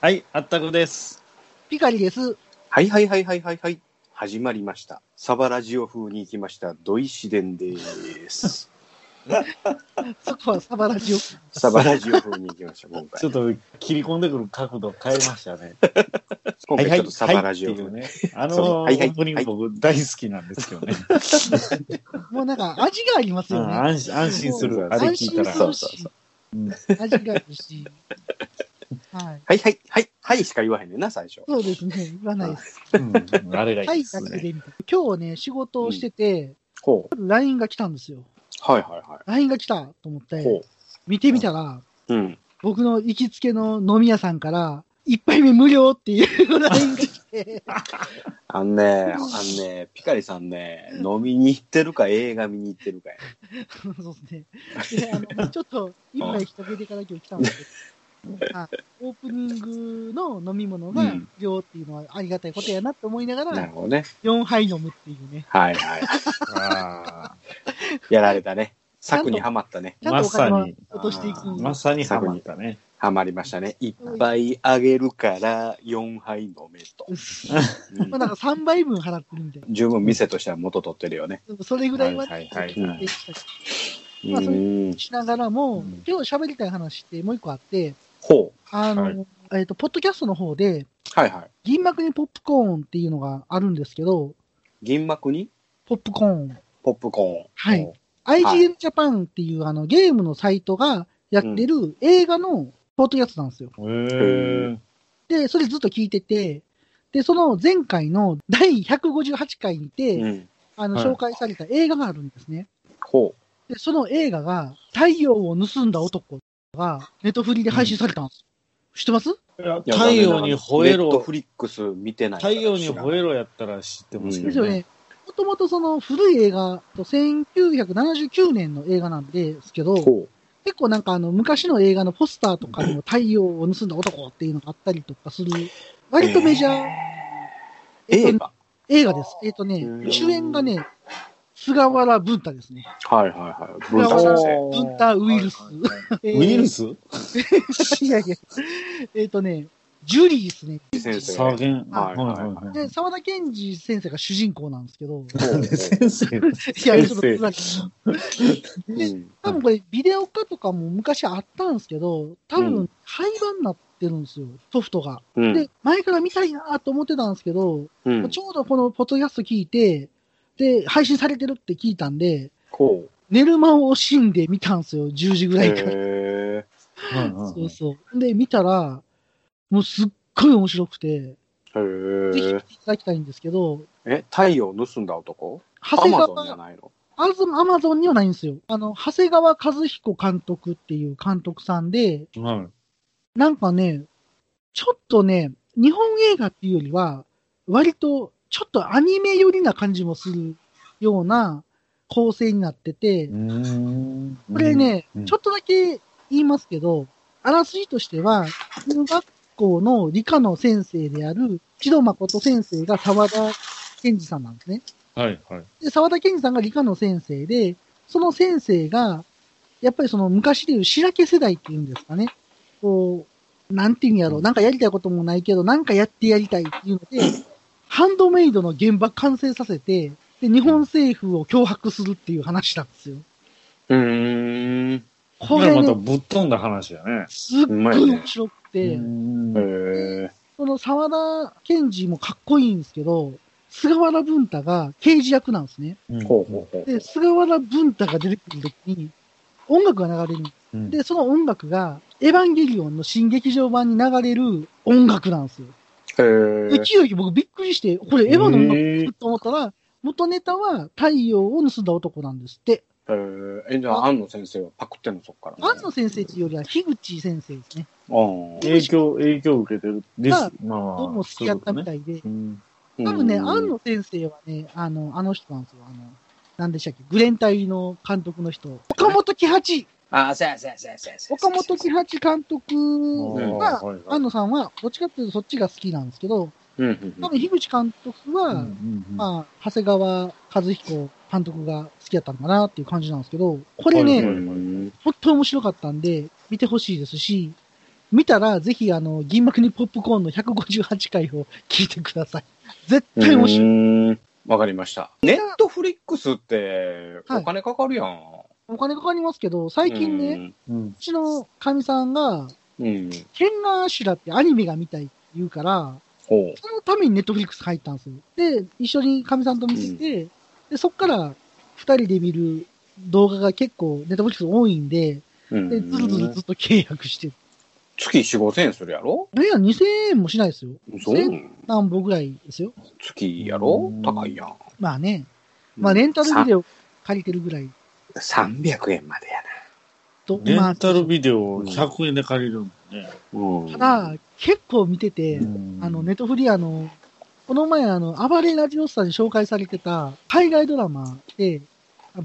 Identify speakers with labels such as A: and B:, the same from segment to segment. A: はい、あったくです。
B: ピカリです。
C: はいはいはいはいはいはい。始まりました。サバラジオ風に行きました。土井紫伝です。
B: そこはサバラジオ。
C: サバラジオ風に行きました、今
A: ちょ
C: 回。
A: っと切り込んでくる角度変えましたね。
C: 今
A: はい
C: 回
A: はい
C: ちょっとサバラジ
A: はい
C: オ
A: ってい
C: 風
A: う
C: に。
A: ね。あのー、
C: そうはいはい
A: オープニング僕大好きなんですけどね。
B: もうなんか味があります
A: うん
B: よね。
A: 安心安心す
C: そう
A: る。あ
C: 安
A: れ
B: 安
A: 聞いた
B: 心す
A: ら。
B: る
C: そう
B: し
C: そ、
A: うん
B: 味があるし。はい。
C: はいはいはいはいしか言わへんねんな、最初。
B: そうですね。言わないです。
A: うんあれがい
B: はいい、
A: です
B: だけ
A: ね。
B: でみたいな。今日ね、仕事をしてて、
C: ほ
B: LINE が来たんですよ。
C: う。はいはいは
B: LINE が来たと思っ
C: い。
B: て
C: ほ、
B: 見てみたら、
C: う。うん。
B: 僕の行きつけの飲み屋さんから、一杯目無料っていう LINE が来て、
C: あんね、あんね、ピカリさんね、飲みに行ってるか映画見に行ってるかや。
B: そうですね。であのちょっと一杯引っ掛けてから今日来たんですけ ど、あオープニングの飲み物が無料っていうのはありがたいことやなって思いなが
C: なる
B: ら、
C: ほどね。
B: 4杯飲むっていうね。
C: はいはい。
A: あ
C: やられたね。策にはまったね。
B: ちゃんとお金は
A: まさに
B: 落としていくん
A: ー
B: で。
A: まさにハマったね。
C: はまりましたね。いっぱいあげるから4杯飲めと。う
B: まあ、なんか
C: ん
B: 3倍分払ってるみたい
C: 十分店としては元取ってるよね。
B: な。それぐらいはね、
A: はいはい
C: はいはい。
B: でしたしまあそううんしながらも
A: うん、
B: 今日喋りたい話ってもう一個あって、
C: ほう。
B: あの、
A: はい
B: えっ、と、ポッドキャストの方で、
C: はいはい。
B: 銀幕にポップコーンっていうのがあるんですけど、
C: 銀幕に
B: ポップコーン。
C: ポップコーン。
B: はい
C: ほ
B: IGN Japan っていうあのゲームのサイトがやってる映画のポッドキャストなんですよ。
A: へー
B: で、それずっと聞いてて、で、その前回の第158回にて、
C: う。うん。
B: あの、
A: はい
B: 紹介された映画があるんですね。
C: ほう。
B: で、その映画が、太陽を盗んだ男が、ネットフリで配信されたんです。知ってます
A: いや
C: いや
A: 太陽に吠え
C: ネット
A: ろ
C: フ。リックス見てないか
A: 太
C: ら
A: 陽に吠
C: え
A: えろやったら知ってます
B: で
A: け
B: すよ
A: どね。
B: ね。もともとその古い映画と1979年の映画なんですけど、
C: ほ
B: 結構なんかあの昔の映画のポスターとかにも太陽を盗んだ男っていうのがあったりとかする、割とメジャー、
C: う。
B: えっ
C: 映
B: と
C: 画。
B: 映画です。えっ、と
C: う
B: ね、
C: ん
B: 主演がね、菅原文太ですね。
C: はいはいはい。文太先生。
B: ー文太ウイルス
A: はいはいはい
B: え
A: ウイルス
B: いやいや、えっ、とね、ジュリーですね。
C: 先生。
A: サーゲン。
C: はいはいはい
B: で、沢田研二先生が主人公なんですけど、
C: ほう
A: 先生。
B: いや、ちょっとつなぎ
C: うん
B: 多分これ、ビデオ化とかも昔あったんですけど、多
C: う
B: 分廃盤になってるんですよ、ソフトが。
C: うん
B: で、前から見たいなと思ってたんですけど、
C: うん
B: ちょうどこのポッドキャスト聞いて、で、配信されてるって聞いたんで、
C: ほう。
B: 寝る間を惜しんで見たんですよ、10時ぐらいから。
C: へ
A: うんうん
B: そうそう。で、見たら、もうすっごい面白くて、
C: ー
B: ぜひ
C: へ
B: 見
C: ー
B: ていただきたいんですけど、
C: え、太陽を盗んだ男
B: 長
C: ア
B: 谷
C: マゾンじゃ
B: 川、
C: ないの
B: アズアマゾンにはないんですよ。あの、長谷川和彦監督っていう監督さんで、
A: うんはい
B: なんかね、ちょっとね、日本映画っていうよりは、割とちょっとアニメ寄りな感じもするような構成になってて、こ
A: こ
B: れ、ね、
A: うん
B: ちょっとだけ言いますけど、あらすじとしては、中学校の理科の先生である、木戸誠先生が沢田健二さんなんですね。
A: はいはい。
B: で、沢田健二さんが理科の先生で、その先生が、やっぱりその昔でいう白毛世代っていうんですかね。こう、なんていうんやろう、なんかやりたいこともないけど、なんかやってやりたいっていうので、ハンドメイドの現場完成させて、で、日本政府を脅迫するっていう話なんですよ。
C: うーん。へ
B: こ
A: これ
B: れ
A: ま
B: ね
A: た、ぶっ飛んだ話やね。
B: すっごい面白くて、
A: うん
C: え。
B: その沢田賢治もかっこいいんですけど、菅原文太が刑事役なんですね。
C: ほうほうほう。
B: で、菅原文太が出てくるときに、音楽が流れるんです。
A: うん
B: で、その音楽が、エヴァンゲリオンの新劇場版に流れる音楽なんですよ。
C: へ
B: で、
C: ー
B: 一時僕びっくりして、これエヴァの音楽と思ったら、元ネタは太陽を盗んだ男なんですって。
C: えー、えじゃあ、安野先生はパクってんの、そっから。
B: 安野先生っていうよりは、樋口先生ですね。
C: うん
A: 影響、影響を受けてる。で
B: が
A: す。まあまあ。
B: どうも好きやったみたいで、
A: そういうこ
B: 多分ね、
C: うん
B: 安野先生はね、あの、あの人なんですよ。あの、なんでしたっけ、グレン隊の監督の人。岡本喜八
C: あ、そうやそうやそうやそうやそうや。
B: 岡本喜八監
A: とね。あ
B: 督
A: ー
B: は、
A: はいはい
B: 安野さんは、どっちかっていうとそっちが好きなんですけど、
C: うんうんうん
B: 多分樋口監督は、
A: うんうんうん
B: まあ、長谷川和彦監督が好きだったのかなっていう感じなんですけど、これね、
A: はいはい
C: うん
B: 本当に面白かったんで、見てほしいですし、見たら、ぜひ、あの、銀幕にポップコーンの158回を聞いてください。絶対面白い。
C: うーんわかりました。ネットフリックスって、
B: はい
C: お金かかるやん。
B: お金かかりますけど、最近ね、う
A: うん。
B: ちのかみさんが、
C: うん。うん。
B: ケンガーシュラってアニメが見たいって言うから、
C: ほ
B: そのためにネットフリックス入ったんですよ。で、一緒にかみさんと見てて、で、そっから二人で見る動画が結構ネットフリックス多いんで、
C: う。うん
B: で、ずるずるずっと契約してる。
C: 月4、5000円するやろ
B: いや、2000円もしないですよ。
C: そう
B: 何本ぐらいですよ。
C: 月やろ
A: うん
C: 高いやん。
B: まあね。まあ、レンタルビデオ借りてるぐらい
C: オ。300円までやな。
B: と。
A: レ
B: まあ
A: ンタルビデオ100円で借りるんだね。
C: うん
B: ただ、結構見てて、
A: うん
B: あの、ネットフリーあの、この前あの、暴れラジオスターで紹介されてた海外ドラマで、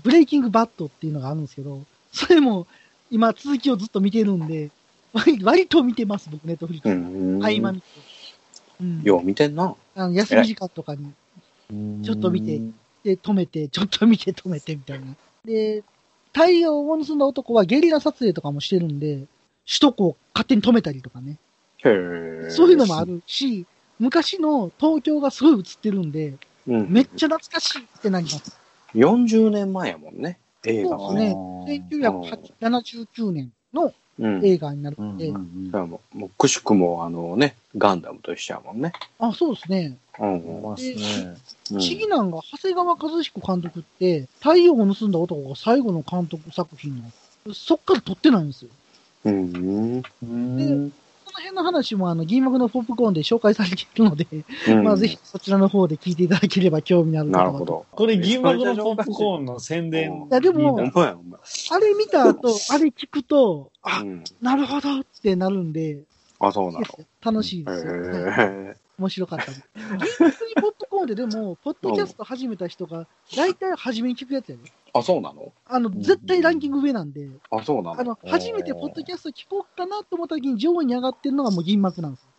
B: ブレイキングバットっていうのがあるんですけど、それも今続きをずっと見てるんで、割割と見てます、僕、ネットフリー。
C: うん。
B: 合間見て。うん。
C: よう見てんな。
B: あの休み時間とかに、ちょっと見て
A: うん
B: で、止めて、ちょっと見て止めてみたいな。で、タイヤを盗んだ男はゲリラ撮影とかもしてるんで、首都高を勝手に止めたりとかね。
C: へえ。
B: そういうのもあ。るし、昔の東京がすごい映ってるんで、
C: うん。
B: めっちゃ懐かしいってなります。
C: 40年前やもんね。映画
B: そ
C: は
B: うですね
C: ね。
B: 1979年の
C: うん。
B: 映画になる
A: うんん
B: で、
A: うん
C: だからもうもうくしくも、あのね、ガンダムと一緒やもんね。
B: あ、そうですね。
C: う
A: う
C: ん
A: ん
C: うん。
A: まあね
C: うん
B: 不思議なんが、長谷川和彦監督って、太陽を盗んだ男が最後の監督作品なんですそっから撮ってないんですよ。
C: うん。
A: うん
B: この辺の話も、あの、銀幕のポップコーンで紹介されているので、
C: うん
B: まあ、ぜひ。そちらの方で聞いていただければ興味のある方
C: な
B: は
C: るほ。ど。
A: これ、銀幕のポップコーンの宣伝。
C: い
B: やでも
C: ほ
A: いいな
C: んまや、ほんま
B: あれ見た後、あれ聞くと、
C: や。
B: あ
C: う、ん
B: なるほどってなるんで、
C: あ、そうな
B: 好きですよ楽しいですよ。はい
C: の。へ
B: 面白かったです。銀 幕にポップコーンででも、ポッドキャスト始めた人が、大体初めに聞くやつやね。
C: えあ、そうなの
B: あの、
A: ん
B: 絶対ランキング上なんで、
C: あ、そうな
B: あ
C: の
B: の、初めてポッドキャスト聞こうかなと思った時に上位に上がってるのがもう銀幕なんですよ。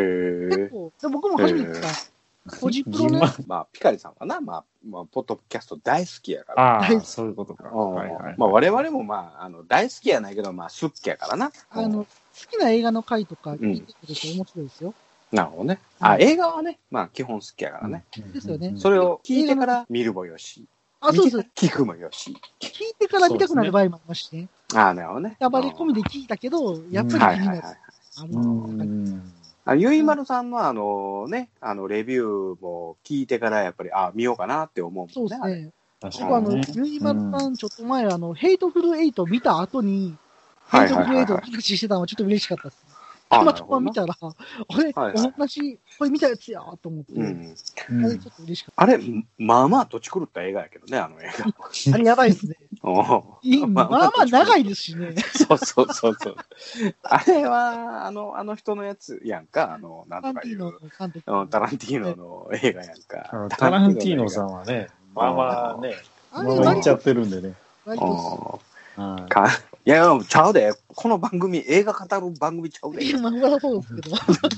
C: へ
B: 結構、で僕も初めて聞いた
C: へ。
B: ポジプロのやつ
C: え。まあ、ピカリさんはな、まあ、まあ、ポッドキャスト大好きやから。
A: あ
B: 大
A: あ、
B: 好き
A: そういうことか。
C: うん
A: はいはい
C: まあ、我々もまあ、あの、大好きやないけど、まあ、好きやからな。
B: あの、好きな映画の回とか聞いてくれて面白いですよ。
C: なるほどね。
B: う
C: あ、
B: ん
C: 映画はね、まあ、基本好きやからね。
B: ですよね
A: うん
C: それを聞いてから見るもよし、
B: あ、そうです。
C: 聞くもよし。
B: 聞いてから見たくなる場合もありますしね。
C: ああ、なるほどね。
B: やばれ込みで聞いたけど、やっぱり
C: は
B: 気
C: いは
B: に
C: い
B: な
C: はい
B: る。
C: はい。
B: あ
A: う
B: の
A: ん
C: あのゆいまるさんのあのね、あのレビューも聞いてからやっぱり、あ見ようかなって思うもんね。
B: そうです
C: あれ。
B: ね。
A: 確
B: 僕あ
A: かに
B: の
A: ね。、
B: ユニバルさん、ちょっと前、あの、ヘイトフルエイト見た後に、ヘ
C: は
B: イ
C: い
B: ト
C: はい
B: フルエイ
C: はい、
B: トの
C: はい。
B: 話してたのはちょっと嬉しかったです。
C: あ
B: た
C: な
B: ま
C: る
B: た
C: ほど
B: ま
C: な
B: 見たら、あれ、
C: はいはい
B: お話、これ見たやつやと思って、
C: うん、
B: あ
A: う
B: れ
A: ん
B: ちょっと嬉しかっ
C: あれ、まあまあ、土地狂った映画やけどね、あの映画。
B: た。あれやばいですね。
C: お
B: いい
C: ー
B: まあまあ長
C: い。
B: いですしね。
C: そうそうそうそう。あれは、あの、あの人のやつやんか、あの、なん
B: タ
C: と
B: ン
C: か
B: テ
C: い
B: ィーノ
C: う。
B: の監督。
C: うん、タランティーノの映画やん
A: あの
C: か。
A: タランティーノ
C: ん
A: さんはね、まあまあね、
B: あ
A: ま
B: れ
A: あまあ
B: 割
A: 行っちゃ
B: と、
A: ってるんでね。
B: 割と、
C: あ
A: は
C: ーかいや、いやちゃうで。この番組、映画語る番組ちゃうで。
B: いや
C: ち
B: まあまあそうですけ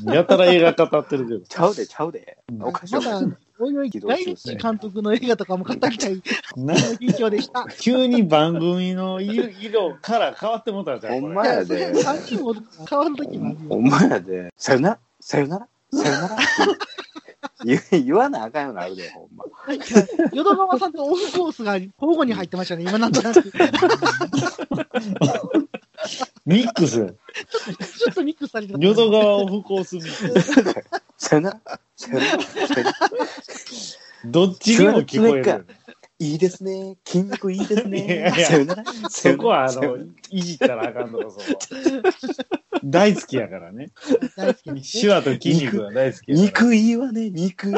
B: ど、
A: いやたら映画語ってるけど。
C: ゃうで、ちゃうで。
A: うん
C: おかしい
B: ま
C: おか
B: だ
C: しい。、
B: おいおい、大日監督の映画とかも語りたい、その
A: な
B: 印象でした。
A: 急に番組の色色から変わってもうたじゃん。
C: ほん
A: こ
C: ま
B: い
A: れ
B: や、
C: や
B: それ
C: で。
B: 3人も変わるときもあるよ
C: お前やで、さよなら、さよなら、さよな らって言う言言わなあかんようになるで、ほんま。
B: なんか、淀川さんとオフコースが交互に入ってましたね、今なんとなく。ちょ
A: ミックス。
B: っとミックスされてた。
A: 淀川オフコースミックス。
C: さよなら、さよなら、さよなら
A: どっちにも聞こえる。
C: いいですね、筋肉いいです
A: いや
C: ね
A: い、や
C: さよなら、さ
A: そ
C: よ
A: こ
C: な
A: は
C: ら
A: あ
C: さよ
A: の
C: なら、
A: いじったらあかんとこそこ。大好きやからね。
B: 大好きなんです
A: 手
B: ね。
A: 話と筋肉が大好きやから。
C: 肉いいわね、肉。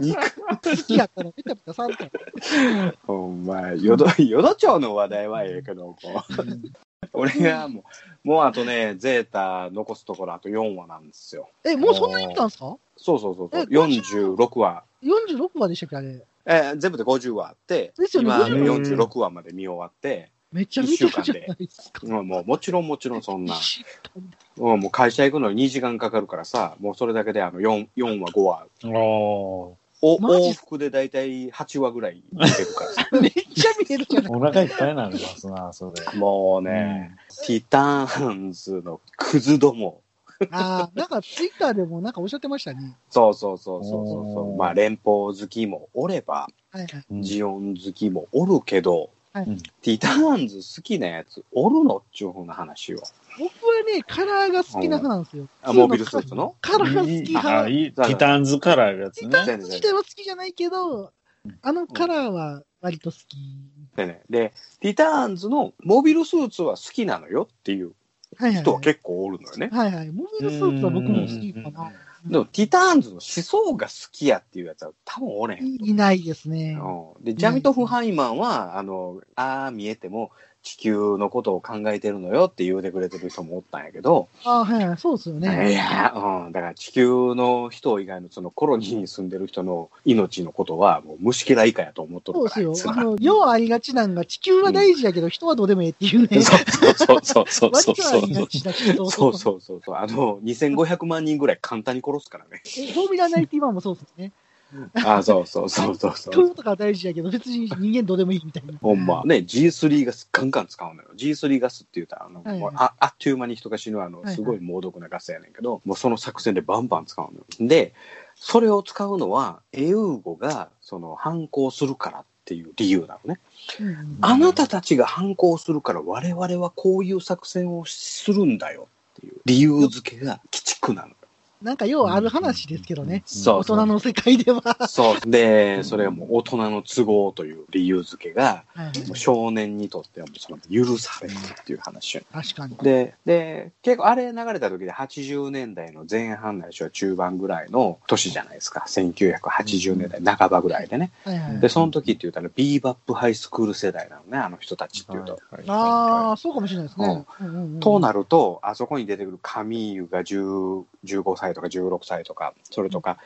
C: 肉。
B: 好きやったら、ペタペタ触るから。
C: お前、よど、よど町の話題はええけど、こう俺がもう、もうあとね、ゼータ残すところあと4話なんですよ。
B: え、もうそんなに見たんですか
C: そうそうそうそう、
B: え今週
C: 46話。
B: ?46 話でしたっけ、あれ。
C: えー全部で50話あって、
B: ですよね
C: 今あの
A: 50話
C: 46話まで見終わって、
B: めちゃめちゃ見たじゃないですか。
C: うんもうもちろんもちろんそんな
B: 一、週間で
C: うん、もう会社行くのに2時間かかるからさもうそれだけであの 4, 4話5話
A: おー
C: お
B: マジっ
C: 往
B: す
C: 復で大体8話ぐらい見てるからさ
B: めっちゃ見えるじゃない。
A: お腹いっぱいになりますな、それ。
C: もうね、ティターンズのクズども。
B: ああ、なんかツイッターでもなんかおっしゃってましたね。
C: そうそうそうそうそうそ
A: お
C: う。
A: ー
C: まあ、連邦好きもおれば、
B: はいはい。
A: うん
C: ジオン好きもおるけど、
B: はい
C: ティターンズ好きなやつおるのっちゅうふうな話を。
B: 僕はね、カラーが好きな派なんですよ。
C: あ、モビルスーツの
B: カラーが好き
A: あ
B: 派。
A: いいティターンズカラーのやつね。
C: 全
B: 自
C: 然
B: 体は好きじゃないけど、あのカラーは割と好き。
C: でね。で、ティターンズのモビルスーツは好きなのよっていう
B: はいはい
C: 人は
B: はい。
C: 結構おるのよね。
B: はいはい。モビルスーツは僕も好きか
A: うんうん
B: な。
C: でも、ティターンズの思想が好きやっていうやつは多分おれへん。
B: いないですね。
C: うんで、ジャミトフ・ハイマンは、あの、ああ見えても地球のことを考えてるのよって言うてくれてる人もおったんやけど、
B: ああ、はいはい。そうですよ
C: い
B: ね。
C: や、うん、だから地球の人以外のそのコロニーに住んでる人の命のことはもう虫嫌い以下やと思っと
B: そう
C: る
B: で
C: か
B: すよ。あ
C: ら。あい
B: の、ようありがちなんが、地球は大事やけど、人はどうでもええっていうね。
C: つは そうそうそうそうそ
B: 割
C: う
B: とあ
C: そう
B: りがちだけど。
C: そうそうそうそう。あの、2500万人ぐらい簡単に殺すから ね。
B: えフォーミュラ91もそうですね。
C: ああ、そうそうそうそうそう。
B: 人とかは大事やけど、別に人間どうでもいいみたいな。
C: ほんま。ね、G3 ガスガンガン使うのよ。G3 ガスって言うたら、あの、
B: はいはい
C: もうああっという間に人が死ぬ、あの
B: いは、い
C: すごい猛毒なガスやねんけど、もうその作戦でバンバン使うのよ。で、それを使うのは、エウーゴが、その、反抗するからっていう理由なのね。
B: うんうん
C: あなたたちが反抗するから、我々はこういう作戦をするんだよっていう理由付けが鬼 畜なのよ。
B: なんかようある話ですけどね。
C: そ
B: 大人の世界では。
C: そう。で、それはもう大人の都合という理由付けが、
B: はいはい
C: もう少年にとってはもうその許されるっていう話よね
B: 確かに。
C: で、で、結構あれ流れた時で80年代の前半ないしは中盤ぐらいの年じゃないですか。1980年代半ばぐらいでね。
B: はいはい
C: で、その時って言ったらビーバップハイスクール世代なのね、あの人たちっていうと。
B: ああ、そうかもしれないですね。うんうんうん
C: となると、あそこに出てくるカミーユが10 15歳とか16歳とか、それとか、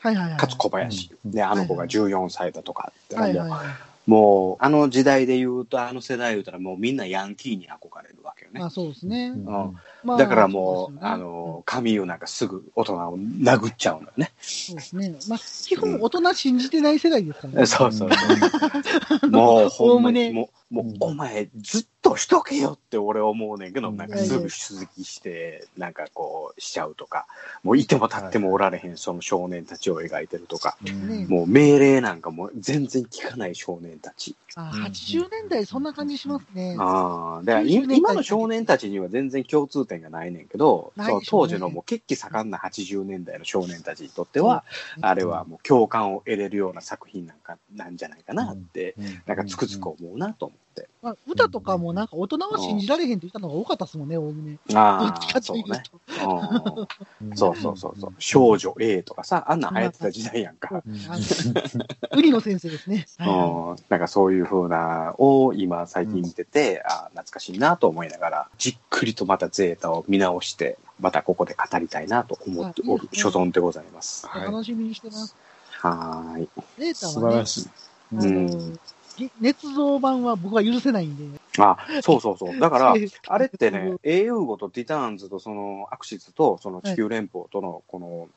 B: はいはいはい。
C: 勝小林、
A: うん
C: で、あの子が14歳だとかって、
B: はい
C: も
B: はいは
C: うもう、あの時代で言うと、あの世代言うたらもうみんなヤンキーに憧れるわけよ
B: い。
C: ね
B: ま。あそうですね。
A: うん
B: まあ
C: だからもう、
B: そですよね
C: あの、神をなんかすぐ大人を殴っちゃうのよね。
B: そうですね。まあ、基本大人信じてない世代ですからね。
C: そ うそううんそう。もう、ほんま
B: おおむね
C: に、もう、もう
A: うん
C: お前、ずっとしとけよって俺思うねんけど、
A: うん
C: なんかすぐ出撃して、なんかこう、しちゃうとか、もういても立ってもおられへん、その少年たちを描いてるとか、
A: うん
C: もう命令なんかもう全然聞かない少年たち。
B: あー80年代そんな感じしますね。
C: ああ、だから
B: 90年代
C: 今の少年たちには全然共通点がないねんけど、
B: ないでしょうね
C: そう当時のもう血気盛んな80年代の少年たちにとっては、
B: うん
C: あれはもう共感を得れるような作品なんかなんじゃないかなって、なんかつくづく思うなと思って。
B: まあ、歌とかもなんか大人は信じられへんって言ったのが多かったですもんね、おおむね。ど
C: あ
B: っちか
C: あ、
B: と
C: そう
B: いうと。
C: ね。うん
A: うん
C: そうそうそうそう。少女 A とかさ、あんなん流行ってた時代やんか。
A: うん
B: あ のウリの先生ですね。
C: う
B: はいはい
C: ん、なんかそういう風なを今最近見てて、あー懐かしいなと思いながら、じっくりとまたゼータを見直して、またここで語りたいなと思っておる所存でございます。
A: はい
B: 楽しみにしてます。
C: はーい。
B: デー
A: 素
B: タ
A: 晴
B: はね、
A: らしい。
B: あ
C: う
B: の
C: ん、
B: げ捏造版は僕は許せないんで。
C: あ、そうそうそう。だから、あれって
B: う
C: ね
B: ん、
C: 英雄語とティターンズとそのアクシスとその地球連邦とのこの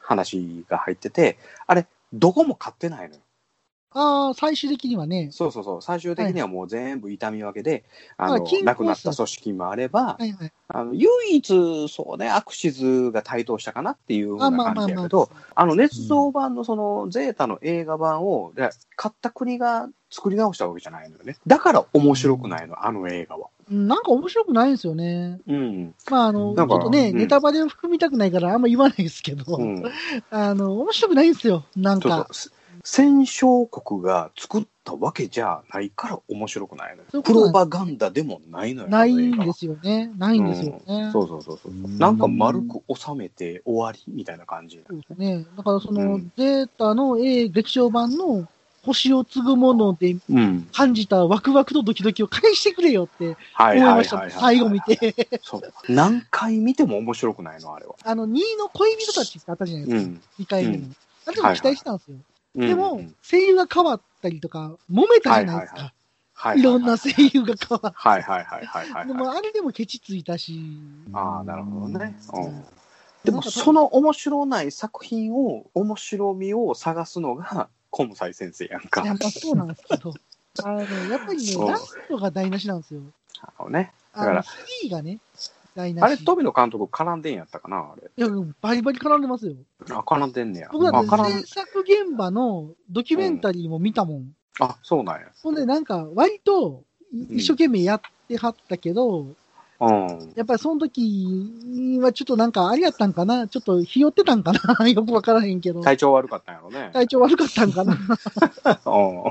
C: 話が入ってて、あれ、どこも買ってないのよ。
B: ああ、最終的にはね。
C: そうそうそう。最終的にはもう全部痛み分けで、
B: ま
C: あ
B: あ
C: の
B: 金、庫
C: 亡くなった組織もあれば、
B: はいはい。
C: あの、唯一、そうね、アクシズが台頭したかなっていうふう
B: あ
C: な
B: まあま
C: 感
B: あ
C: じや
B: ま
C: け
B: あ。
C: ど、あの、捏造版のその、ゼータの映画版を、で買った国が作り直したわけじゃないのよね。だから面白くないの、あの映画は。
B: うんなんか面白くないんですよね。
C: うん。
B: まあ、あの、ちょ
C: だ
B: っ
C: から
B: とね、
C: うん
B: ネタバレを含みたくないからあんま言わないですけど、
C: うん。
B: あの、面白くないんですよ。なん
C: そうそう
B: か。
C: せ戦勝国が作ったわけじゃないから面白くないの
B: そういうこ
C: よ。プ
B: となん
C: ロパガンダでもないのよ。。
B: ないんですすよね。ないんですよね。
C: そうそうそうそう。
A: うん
C: なんか丸く収めて終わりみたいな感じ。
B: そうですね。だからその、
C: うん
B: データの A 劇場版の星を継ぐもので
C: うん。
B: 感じたワクワクとドキドキを返してくれよって
C: は
B: 思
C: い
B: い
C: はいは
B: ま
C: い
B: した。
C: はい。
B: 最後見。て。
C: そう。何回見ても面白くないの、あれは。
B: あの、2位の恋人たちってあったじゃないで
C: う
B: すか。
C: ん。
B: 2回目
C: う
B: の
C: ん。
B: あれでも期待してたんですよ。
C: うん
B: で
C: う
B: も
C: ん、
B: 声優が変わったりとか、揉めたじゃないです
C: はいはい
B: か。
C: はい
B: ろんな声優が変わっ
C: はいはいはいはいは
B: た。
C: い
B: で
C: はい。
B: も、あれでもケチついたし。
C: ああ、なるほどね。
B: う
C: うんん。でも、その面白ない作品を、面白みを探すのが、コムサイ先生やんか
B: い。や、まあそうなんですけど。あの、やっぱりね、
C: そう
B: ラストが台無しなんですよ。
C: あのね。
B: あ
C: だか
B: の、
C: ら
B: 3がね、台無し。
C: あれ、富野監督絡んでんやったかなあれ。
B: いや、でもバリバリ絡んでますよ。
C: あ、絡んでんねや。
B: 僕だ
C: あ、
B: って
C: 絡
B: 制
C: ん、
B: 作現場のドキュメンタリーも見たもん。
C: あ、そうなんや。
B: ほんで、なんか、割と
C: うん
B: い一生懸命やってはったけど、
C: うん。
B: やっぱりその時はちょっとなんかあれやったんかなちょっとひよってたんかな よくわからへんけど。
C: 体調悪かったんやろね。
B: 体調悪かったんか な
C: うん。
B: あんまり、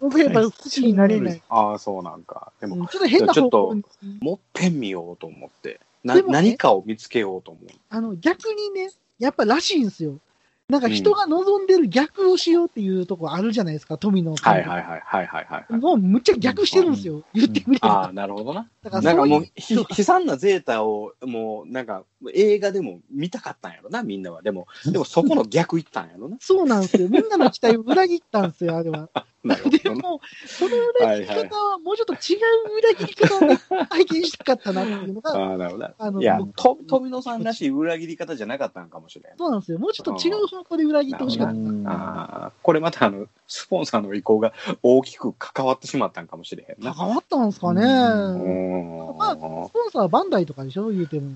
B: 僕やっぱり好きになれない。
C: ああ、そうなんか。で
B: う
C: も、
B: んちょっと変な
C: ちょっ
B: 方
C: と
B: 向に。
C: もっぺん見ようと思って。な、
B: でもね
C: 何かを見つけようと思う。
B: あの、逆にね、やっぱらしいんですよ。なんか人が望んでる逆をしようっていうとこあるじゃないですか、富野監督
C: はいはいはいはいはいはいはい。
B: もうむっちゃ逆してるんですよ。言ってみれ
C: あ
B: ば
C: あ、。なるほどな。
B: だか
C: な
B: らそ
C: んか
B: う
C: もう
B: い、。
C: ひ悲惨なゼータを、もう、なんか、映画でも見たかったんやろな、みんなは。でも、でもそこの逆行ったんやろな
B: そうなんですよ。みんなの期待を裏切ったんですよ、あれ は。
C: なるほ
B: で
C: どな。
B: も、その裏切り方はもうちょっと違う裏切り方を拝見したかったなっていうの
C: あ
B: が、
C: あ、なるほど
B: あの
C: な。いや
B: 僕、
C: と富野さんらしい裏切り方じゃなかったんかもしれん。
B: そうなんですよ。もうちょっと違う方向で裏切ってほしかった。
C: ああ、これまたあの、スポンサーの意向が大きく関わってしまったんかもしれへんな。
B: 高まったんですかね。
C: う
A: う
B: まあ
C: ん
B: ス。ポンサーはバンダイとかでしょ言うても。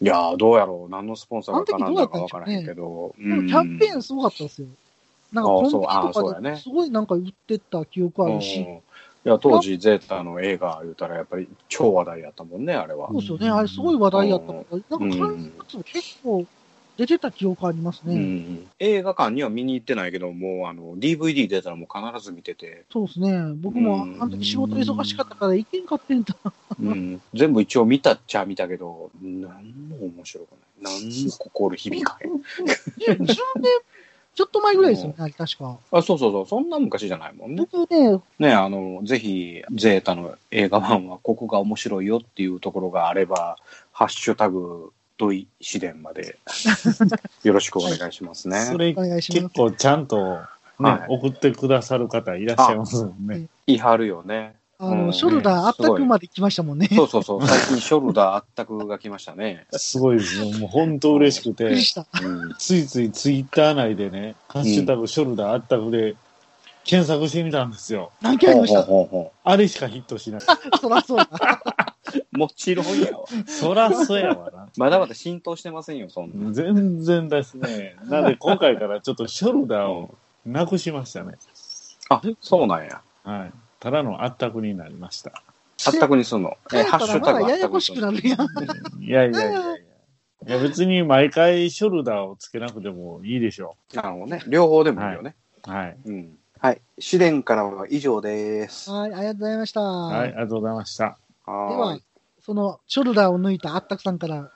C: いやー、どうやろう。何のスポンサーが
B: あの
C: 絡
B: 時
C: ん
B: どうだ
C: だ
B: ったん
C: か
B: で
C: わ
B: しょ
C: か
B: う
C: ら
B: ね
C: へんけど。
B: でもキャンペーン
C: す
B: すごかったですよ。なんかコンビニ
C: ああそうああ
B: と
C: そう
B: か
C: だ
B: で
C: ね
B: すごいなんか売ってた記憶あるし。
C: いや、当時、ゼータの映画言うたら、やっぱり超話題やったもんね、あれは
B: そう。ですよね。あれすごい話題やったから。
C: う
B: なん
C: ん
B: か関節も結構出てた記憶あります
C: う
B: ね。
C: ん、映画館には見に行ってないけど、もうあの DVD 出たらもう必ず見てて、
B: そうですね。僕もあ
C: うん
B: の時仕事忙しかったから意見買ってんだ。
C: うん、全部一応見たっちゃ見たけど、なんも面白くない。なんも心響かへん。
B: 10年ちょっと前ぐらいですよね、あれ確か。
C: あ、そうそうそう、そんな昔じゃないもんね。
B: 僕ね、
C: ね、あの、ぜひ、ゼータの映画版はここが面白いよっていうところがあれば、ハッシュタグ、土井試練ま でよろしくお願いしますね。
A: それ
B: お願いし
A: 結
B: ます。
A: 構ちゃんと、ね
C: はい
A: 送ってくださる方いらっしゃいますもんね。
C: 言い張るよね。
B: あ
C: う
B: の、
C: ん
B: ショルダーあったくまで来ましたもんね。
C: そうそうそう、最近ショルダーあったくが来ましたね。
A: すごいですよ。もう本当嬉しく
B: びっく
A: て
B: り、した。
C: うん、
A: ついついツイッター内でね、ハッシュタグショルダーあったくで検索してみたんですよ。
B: 何回ありまし
C: ほうほうほうほ
A: あれしかヒットしない。
B: たそらそうだ。
C: うもちろんやわ。
A: そらそやわな。
C: まだまだ浸透してませんよ、そんな。
A: 全然ですね。なんで今回からちょっとショルダーをなくしましたね。
C: あ、そうなんや。
A: はい。ただのあったくになりました。
C: あったくにすんの。
B: 帰
C: え、
B: っ
C: ハ
B: た
C: ッシ
B: ら
C: ュ
B: ま
C: タ
B: だ
C: グあ
B: や
C: った
B: や
C: く
B: こ
C: に
B: し
C: す
B: く
C: んの。
B: なるやん。
A: いやいやいやいや。いや別に毎回ショルダーをつけなくてもいいでしょ
C: なるほどね。両方でもいいよね。
A: う。はい。
C: うん。はい。試練からは以上です。は
B: はい、ありがとうございました。
A: はい、あり
B: で
A: がとうございました。
B: は
C: ーい。、
B: その、ショルダーを抜いたあったくさんから、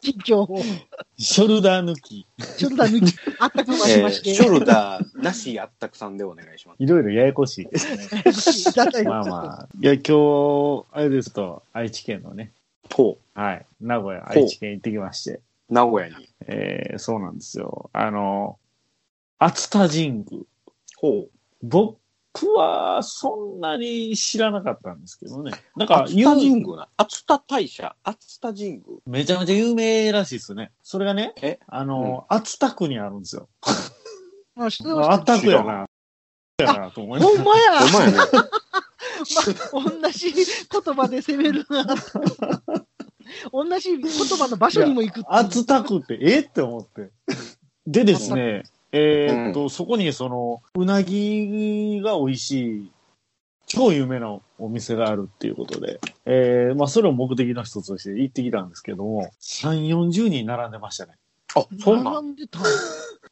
B: 近況を、
A: ショルダー抜き。
B: ショルダー抜き、あったくま
C: え
B: し
C: ー
B: まし
C: ショ
B: て、
C: ルダーなしあったくさんでお願いします。
A: いろいろややこしいですね。
B: いただいて
A: まあまあ。いや、今日、あれですと、愛知県のね、
C: と、
A: はい、名古屋、
C: ほう
A: 愛知県行ってきまして、
C: 名古屋に。
A: えー、そうなんですよ。あの、熱田神宮。
C: ほう。
A: 僕は、そんなに知らなかったんですけどね。なんか、
C: 熱田神
A: 有
C: 宮な。熱田大社。熱田神宮。
A: めちゃめちゃ有名らしいですね。それがね、
C: え
A: あの、熱田区にあるんですよ。
B: まあ、知ってました
A: 熱田区やな。 やなと思いま
B: ほんまや、
C: お 前ね。
B: ま、同じ言葉で攻めるな。 同じ言葉の場所にも行くっていう
A: 熱田区って、えって思って。でですね、えーっと、そこにその、うなぎが美味しい、超有名なお店があるっていうことで、えー、まあ、それを目的の一つとして行ってきたんですけども、3、40人並んでましたね。
C: あ、そうなん。
B: 並んでた。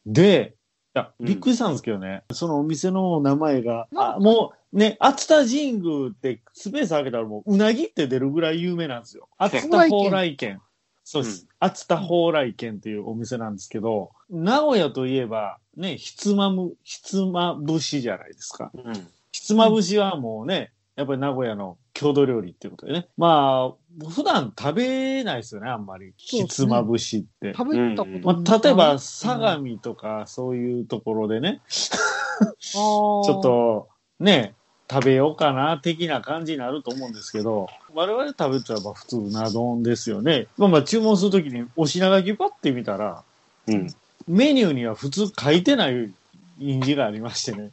A: で、いや、
C: うん
A: びっくりしたんですけどね、そのお店の名前が、
B: なんか
A: あもうね、熱田神宮ってスペース開けたらもう、うなぎって出るぐらい有名なんですよ。熱田蓬莱軒。そうです。
C: うん
A: 熱田蓬莱軒っていうお店なんですけど、名古屋といえば、ね、ひつまむ、ひつまぶしじゃないですか。
C: うん。
A: ひつまぶしはもうね、やっぱり名古屋の郷土料理っていうことでね。まあ、普段食べないですよね、あんまり。
B: そう
A: ひ
B: ですね
A: つまぶしって。
B: 食べたこ
A: ま
B: と
A: あ、例えば、相模とか、そういうところでね、
B: ちょ
A: ちょっ、と、ね、食べようかな、的な感じになると思うんですけど、我々食べてたらば普通うな丼ですよね。まあまあ、注文するときにお品書きパッて見たら、
C: うん。
A: メニューには普通書いてない印字がありましてね。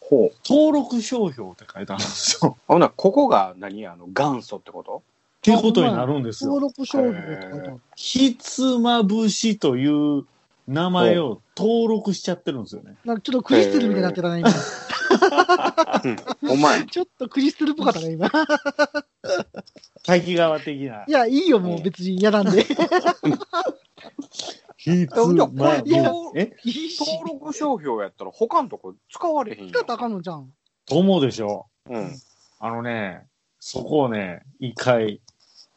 C: ほう。
A: 登録商標って書いてあるんですよ。
C: ほんならここが何あの、元祖ってこと
A: っていうことになるんですよ
B: 登。録商標とかと。
A: ひつまぶしという名前を登録しちゃってるんですよね。
B: なんかちょっとクリステルみたいになってたな、今。
C: お前、
B: ちょっとクリステルっぽかったな、今。。
A: 滝川的ない
B: や、いいよ、もう別に嫌なんで。
A: ひつまぶ
C: いや
A: え
B: いいし。
C: 登録商標やったら他のとこ使われへん
B: 使
C: よ
B: っ。たらあかんのじゃん。
A: 友でしょ。
C: うん。
A: あのね、そこをね、一回、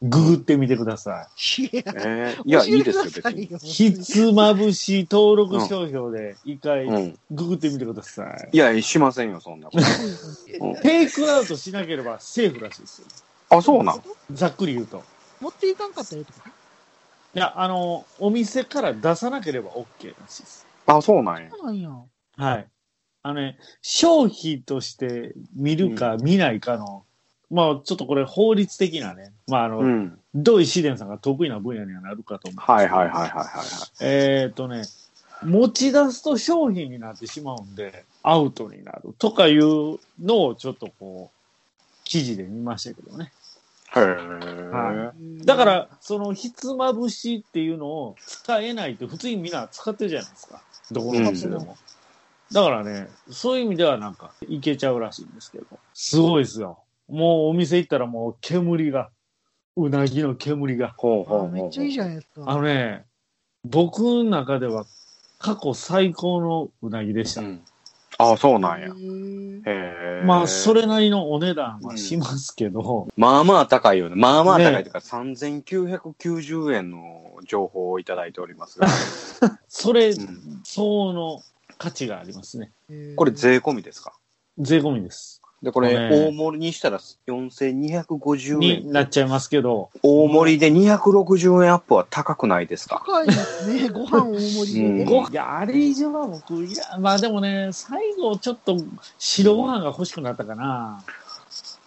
A: ググってみてくださ
B: いや、
C: えー、いや、
B: 教え
C: いい
B: て
C: で
B: く
C: すよ、
B: ださ
C: 別に。
A: い。ひつまぶし登録商標で一回
C: うん。
A: ググってみてください。
C: いや、しませんよ、そんな こと。うん
A: テイクアウトしなければセーフらしいですよ。
C: あ、そうなん。
A: ざっくり言うと。
B: 持っていかんかったよとか。
A: いや、あの、お店から出さなければ OK らしいです。
C: あ、そうなんや。
B: そうなんや。
A: はい。あのね、商品として見るか見ないかの、まあちょっとこれ法律的なね、まああの、
C: うん。
A: 土井紫伝さんが得意な分野にはなるかと思う。
C: はいはいはいはいはいはい。
A: えっ、とね、持ち出すと商品になってしまうんで、アウトになるとかいうのをちょっとこう、記事で見ましたけどね。
C: へえ、
A: はだか、ら、その、ひつまぶしっていうのを使えないって、普通にみんな使ってるじゃないですか。どこの店でも。だからね、そういう意味ではなんか、いけちゃうらしいんですけど。すごいですよ。もうお店行ったらもう煙が、うなぎの煙が。
C: ほう
B: あ
C: ほうほう
B: めっちゃいいじゃないです
A: あ
B: か。
A: のね、僕の中では過去最高のうなぎでした。
C: うん。あ、そうなんや。へ
B: へえ
C: え。
A: まあ、そ。れなりのお値段はしますけど、
C: まあまあ高いよね。まあまあ
A: ね
C: 高いというか、3990円の情報をいただいておりま すが、
A: それ
C: うん
A: 相応の価値がありますね。
C: これ税込みですか
A: 税込みです。
C: で、こ
A: ね
C: れ、大盛りにしたら4250
A: に
C: 円。
A: なっちゃいますけど、
C: 大盛りで260円アップは高くないですか
B: 高いです ね。ご飯大盛り
C: う
B: で
C: ん。
A: ごいや、あれ以上は僕、いや、まあでもね、最後ちょっと白ご飯が欲しくなったかな。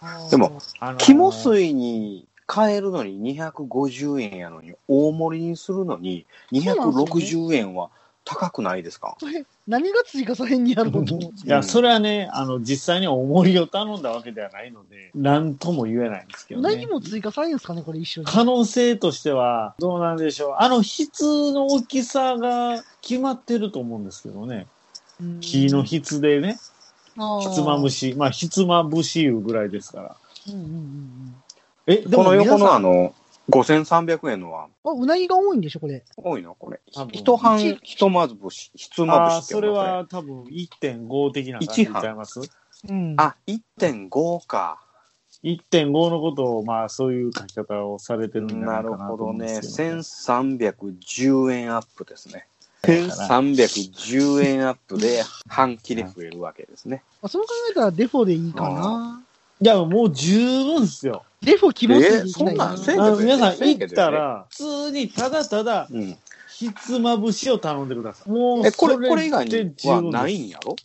B: あー
C: でも、
A: あのー
C: 肝水に変えるのに250円やのに、大盛りにするのに260円は高くないですか
B: それ、何が追加されんにやろうと。
A: いや、それはね、あの、実際にお盛りを頼んだわけではないので、なんとも言えないんですけどね。
B: 何も追加されんすかね、これ一緒に。
A: 可能性としては、どうなんでしょう。あの、筆の大きさが決まってると思うんですけどね。木の筆でね、ひつまぶ
B: し。
A: し、まあ、ひつまぶしいうぐらいですから。
B: うんうんうんうん
A: え、で
C: この
A: 皆さ
C: 横
A: ん
C: のあの、5300円のは、
B: あ、うなぎが多いんでしょ、これ。
C: 多いのこれ
A: 多。分
C: 一半、ひとまぶし、ひつまぶ
A: あ
C: し
A: ー
C: って
A: そ
C: いう
A: れ
C: のこれ
A: は多分1.5的な感じちゃいます
B: うん。
C: あ、1.5か。
A: 1.5のことを、まあ、そういう書き方をされてるんじゃな
C: ないる
A: かなと
C: ほ
A: 思
C: ど
A: うん
C: ね。
A: ですけど、
C: 1310円アップですね。
A: だから
C: 1310円アップで半切れ増えるわけですね。
B: あそう考えたらデフォでいいかな。
A: いや、もう十分ですよ。
B: デフォ気持ちでいきたい
C: えー
B: な。
C: そんなんせ
A: あ
C: ん
A: の皆さん行ったら、普通にただただ、
C: うん。
A: ひつまぶしを頼んでください。もう、
C: え、これ、
A: そで
C: これ以外
A: 十
C: に
A: 分です
C: はないんやろ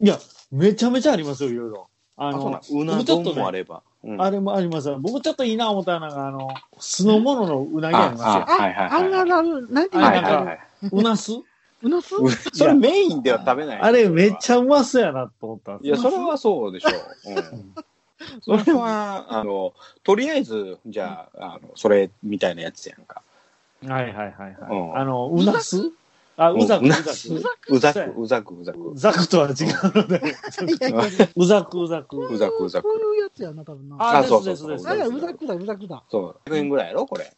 A: いや、めちゃめちゃありますよ、いろいろ。あ
C: あ、そう
A: の
C: な、ん。うな丼もあれば。うん
A: あれもあります。僕ちょっといいな思ったのが、あの、酢の物のうなぎあります
C: あはいはい
B: あ
C: はい
B: ららら、なんていうの
C: はい
B: か
C: はい
B: な
C: はい。
A: よ。うなす
B: うなす
C: うそれメインでは食べない。
A: あれめっちゃうまそうやなと思ったん
C: い
A: です
C: や、それはそうでしょう。うんそれは、あの、とりあえず、じゃあ、あの、それみたいなやつやんか。
A: よ。はいはいはいは
C: うん
A: い。あの、うなすあ、う
C: う
A: ざく、う
C: う
A: ざ
C: な
A: く。
C: す
A: う
C: う
A: ざ
C: ざ
A: く
C: く、うざく、うざく。
A: ざくとは違うので。
B: いやいやいや
A: うざく、うざく。
C: うざくうざく
B: こういうやつやな、多分な。
A: あ、
C: あ
A: で
C: そ
A: す
C: うそ
A: で
C: う
A: す
C: そう
A: です。
B: あら、うざくだ、うざくだ。
C: そう。100円ぐらいやろこれ。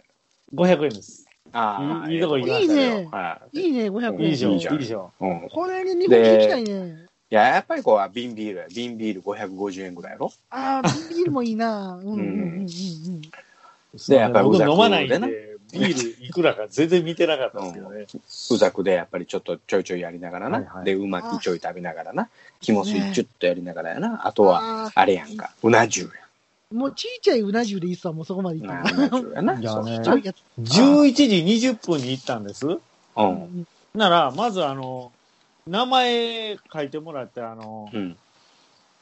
A: 500円です。
C: ああ。
A: いいいいとこ行きま
B: したね
C: はい。
B: いいね、500円。
C: い
A: い
C: い
A: い
C: じ
A: じ
C: ゃ
A: ゃ
C: ん
A: ん、
C: い
A: いい
C: いじ
A: じ
C: ゃ
A: ゃ
C: ん
A: ん。
C: うん。い
B: これに日本酒行きたいね。
C: や、やっぱりこう、瓶ビールや。瓶ビール550円ぐらいやろ
B: ああ、ビールもいいな。うんうんうんうんうん。
C: でやっぱりう
A: 僕
C: ざく
A: 飲まないんで
C: でな、
A: ビールいくらか全然見てなかったんですけどね。
C: うざくで、やっぱりちょっとちょいちょいやりながら
A: はいは
C: な。
A: い
C: で、うまきちょい食べながらな。肝水ちょっとやりながらやな。あとは、
B: あ
C: あれやんか。うな重
B: ーもうちいちゃいうな重でいいさ、もうそこまでいっ
C: や
B: た
C: な。
B: ら。
C: うな 重やな。
A: いやね
B: ちょいやつ。
A: 11時20分に行ったんです。
C: そううん。
B: ん
A: なら、まずあの、名前書いてもらって、あの、
C: うん。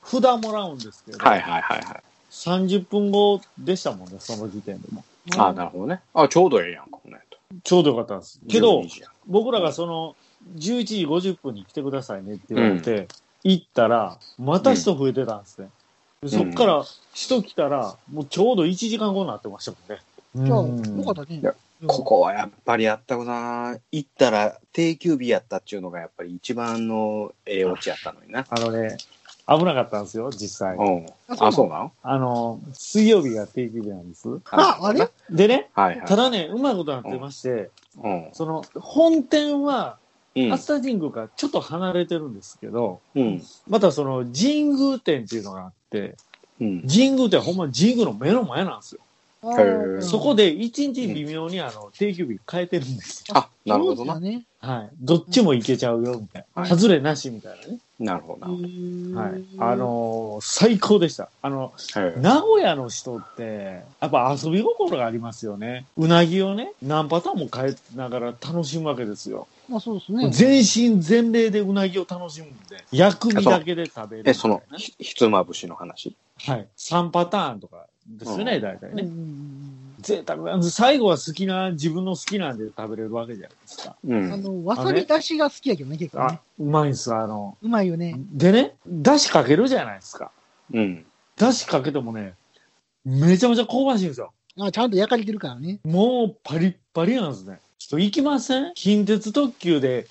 A: 札もらうんですけど、
C: はいはいはいはい。
A: 30分後でしたもんね、その時点でも。
C: ああ、なるほどね。あちょうどええやんか、こんなんやと。
A: ちょうどよかったんです。けど
C: 12、時やん
A: 僕らがその、11時50分に来てくださいねって言われて、行ったら、また人増えてたんですね。でそっから人来たら、もうちょうど1時間後になってましたもんね。
B: じゃあ、
A: うん
B: よかったね
C: いや。
B: うん
C: ここはやっぱりあったかな。行ったら定休日やったっちゅうのがやっぱり一番のええオチやったのにな。
A: あのね、危なかったんですよ、実際。
C: うん。
B: あそう
C: あ、そうなの
A: あの、水曜日が定休日なんです。
B: あ、あれ
A: でね、
C: はいはい。
A: ただね、うまいことになってまして、
C: うん。
A: その、本店は、
C: うん
A: 熱田神宮からちょっと離れてるんですけど、
C: うん。
A: またその、神宮店っていうのがあって、
C: うん。
A: 神宮ってほんま神宮の目の前なんですよ。
B: あ
C: へー
B: ー
A: そこで一日微妙にあの、定休日変えてるんです
C: あ、なるほど
B: そ
C: な
B: う。だね。
A: よ。はい。どっちもいけちゃうよ、みたいな。
C: はい
A: 外れなし、みたいなね。
C: なるほどな。
A: はい。あ、のー最高でした。あの、
C: はい
A: 名古屋の人って、やっぱ遊び心がありますよね。うなぎをね、何パターンも変えながら楽しむわけですよ。
B: まあそうですね。
A: 全身全霊でうなぎを楽しむんで、薬味だけで食べるみたいな。
C: え、その、ひひつまぶしの話。
A: はい。3パターンとかですよね、大体
B: うん
A: ね
B: う。ん
A: 贅沢な最後は好きな、自分の好きなんで食べれるわけじゃないですか。
C: う
B: うんあ
C: ん。
B: の、わさびだしが好きやけどね、結構ね
A: あ。、うまいんす、あの。
B: うまいよね。
A: でね、だしかけるじゃないですか。
C: うん。
A: だしかけてもね、めちゃめちゃ香ばしいんですよ。
B: あちゃんと焼かれてるからね。
A: もうパリッパリなんですね。ちょっと行きません近鉄特急で、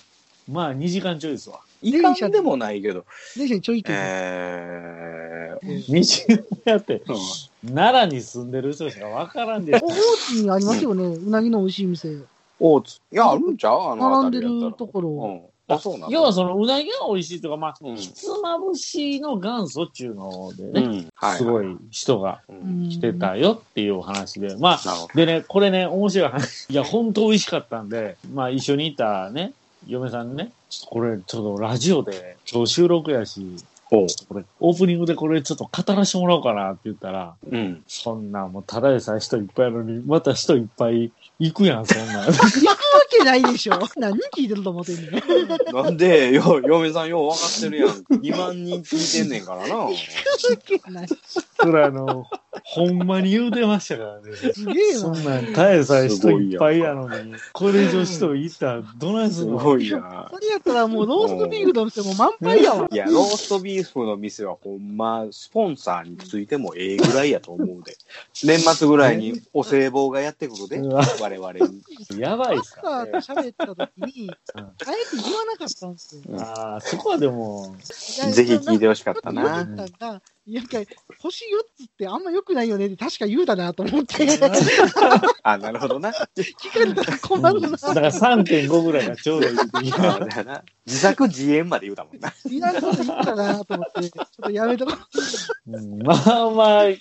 A: まあ2時間ちょいですわ。
C: いかんでもないけど、
B: 電車にちょいって、
C: えー、
A: 西宮って、
C: うん
A: 奈良に住んでる人しかわからんで
B: お、大津にあります よね。うなぎの美味しい店。
C: 大津。いや、あるんちゃうあの
B: 並ん
C: 辺
B: で
C: りや
B: る
C: った
B: と
C: ら。
B: こ
C: う
B: ろ。
C: ん。あ、そうなの
A: 要はそのうなぎが美味しいとか、まあ、
C: うん
A: ひつまぶしの元祖っていうので
C: う
A: ね、
C: ん。は
A: すごい人が
C: う
B: うんん
A: 来てたよっていうお話で、まあ、
C: なるほど。
A: でね、これね、面白い話。いや、本当美味しかったんで、まあ一緒にいたね、嫁さんにね、ちょっとこれ、ちょっとラジオで、今日収録やし、
C: おう。
A: これ、オープニングでこれちょっと語らしてもらおうかなって言ったら、
C: うん。
A: そんなんもうただでさえ人いっぱいやのに、また人いっぱい行くやん、そん なん。
B: わけないでしょ。 何聞いてると思ってんの
C: なんで、よ、嫁さんよう分かってるやん。2万人聞いてんねんからな。
B: 聞くわけない。
A: それあの、ほんまに言うてましたからね。
B: すげえ
A: そんな
B: な。
A: ん、ただでさえ人いっぱいやのに、これ以上人いったらどないす
C: す
A: んの
C: ごいな。
B: それやったらもうローストビーフの店も満杯やわ。
C: いや、ローストビーフの店はほんま、スポンサーについてもええぐらいやと思うで。年末ぐらいにお歳暮がやってくるで、
A: うわ
C: 我々に。
A: やばいっ
B: マ
A: す
B: ス
A: か
B: ターと喋った時に、
A: う
B: あ
A: ん
B: えて言わなかったんですよ。
A: ああ、そこはで も、
C: ぜひ聞いてほしかっ
B: ちょ
C: た
B: っと言
C: な。
B: ったんが、いやなんか、星4つってあんま良くないよねって確か言うだなと思って、 聞
C: あ、なるほどな。
B: かれたら困る
A: だ
B: な。
A: から3.5ぐらいがちょうどいいって言う
C: あだよな自作自演まで言うたもんな。
B: いらんこと言ったなと思って、ちょっとやめとこう。
A: うんまあまあ、
B: い